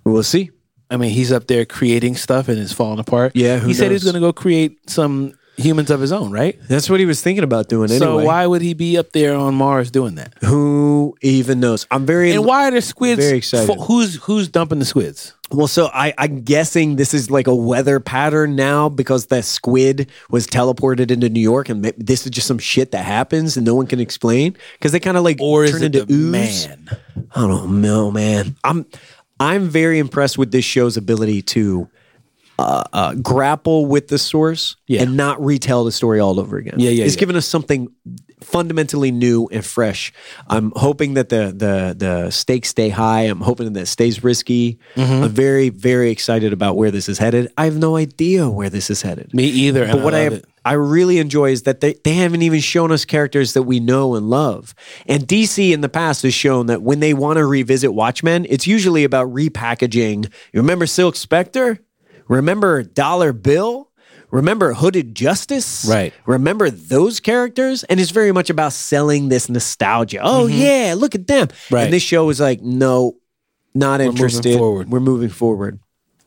We'll see.
I mean, he's up there creating stuff and it's falling apart.
Yeah, who
he said he's
knows?
going to go create some humans of his own, right?
That's what he was thinking about doing anyway.
So why would he be up there on Mars doing that?
Who even knows? I'm very
And why are there squids?
Very excited.
fo- who's who's dumping the squids?
Well, so I, I'm guessing this is like a weather pattern now because that squid was teleported into New York, and ma- this is just some shit that happens and no one can explain because they kind of like
Or is
turn
it
into
the
ooze.
man?
I don't know, man. I'm I'm very impressed with this show's ability to uh, uh, grapple with the source
Yeah.
and not retell the story all over again.
Yeah, yeah,
It's
yeah.
given us something fundamentally new and fresh. I'm hoping that the the the stakes stay high. I'm hoping that it stays risky.
Mm-hmm.
I'm very very excited about where this is headed. I have no idea where this is headed.
Me either. and
But what I
love it.
I really enjoy is that they, they haven't even shown us characters that we know and love. And DC in the past has shown that when they want to revisit Watchmen, it's usually about repackaging. You remember Silk Spectre? Remember Dollar Bill? Remember Hooded Justice?
Right.
Remember those characters? And it's very much about selling this nostalgia. Oh yeah, look at them.
Mm-hmm. Right.
And this show is like, no, not
moving
interested.
forward.
We're moving forward.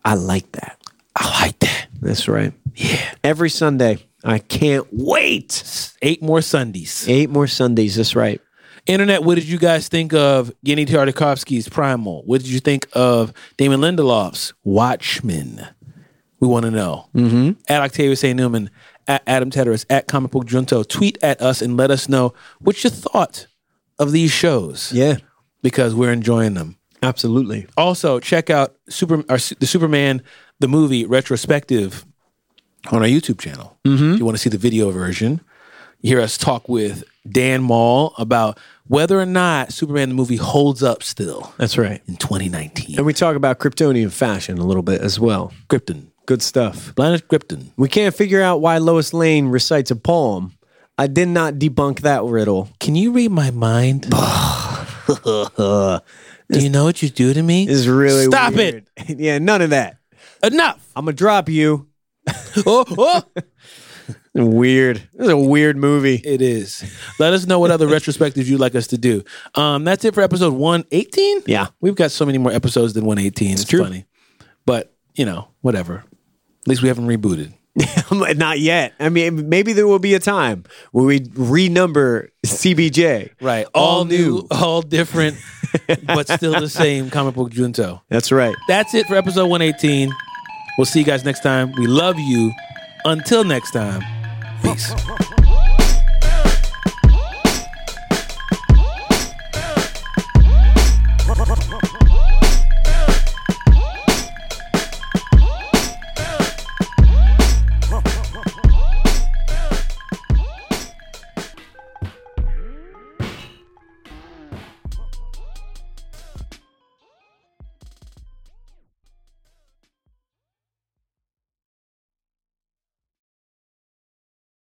I like that.
I like that.
That's right.
Yeah,
Every Sunday. I can't wait.
eight more Sundays.
Eight more Sundays. That's right.
Internet, what did you guys think of Yeni Tartakovsky's Primal? What did you think of Damon Lindelof's Watchmen? We want to know. Mm-hmm. At Octavius A. Newman, at Adam Tedderis, at Comic Book Junto, tweet at us and let us know what you thought of these shows
Yeah,
because we're enjoying them.
absolutely.
Also, check out Super or Su- the Superman the movie retrospective on our YouTube channel. Mm-hmm. If you want to see the video version, you hear us talk with Dan Mall about whether or not Superman the movie holds up still
That's right.
in 2019.
And we talk about Kryptonian fashion a little bit as well.
Krypton,
Good stuff.
planet Krypton.
We can't figure out why Lois Lane recites a poem. I did not debunk that riddle.
Can you read my mind? Do you know what you do to me?
This is really
Stop
it. yeah, none of that.
it. Enough.
I'm gonna drop you.
Oh, oh.
Weird. This is a weird movie.
It is. Let us know what other retrospectives you'd like us to do. Um, that's it for episode 118.
Yeah.
We've got so many more episodes than 118. It's,
true.
funny. But, you know, whatever. At least we haven't rebooted.
not yet. I mean, maybe there will be a time where we renumber CBJ.
All, new, all different, but still the same comic book Junto.
That's right.
That's it for episode 118. We'll see you guys next time. We love you. Until next time, peace.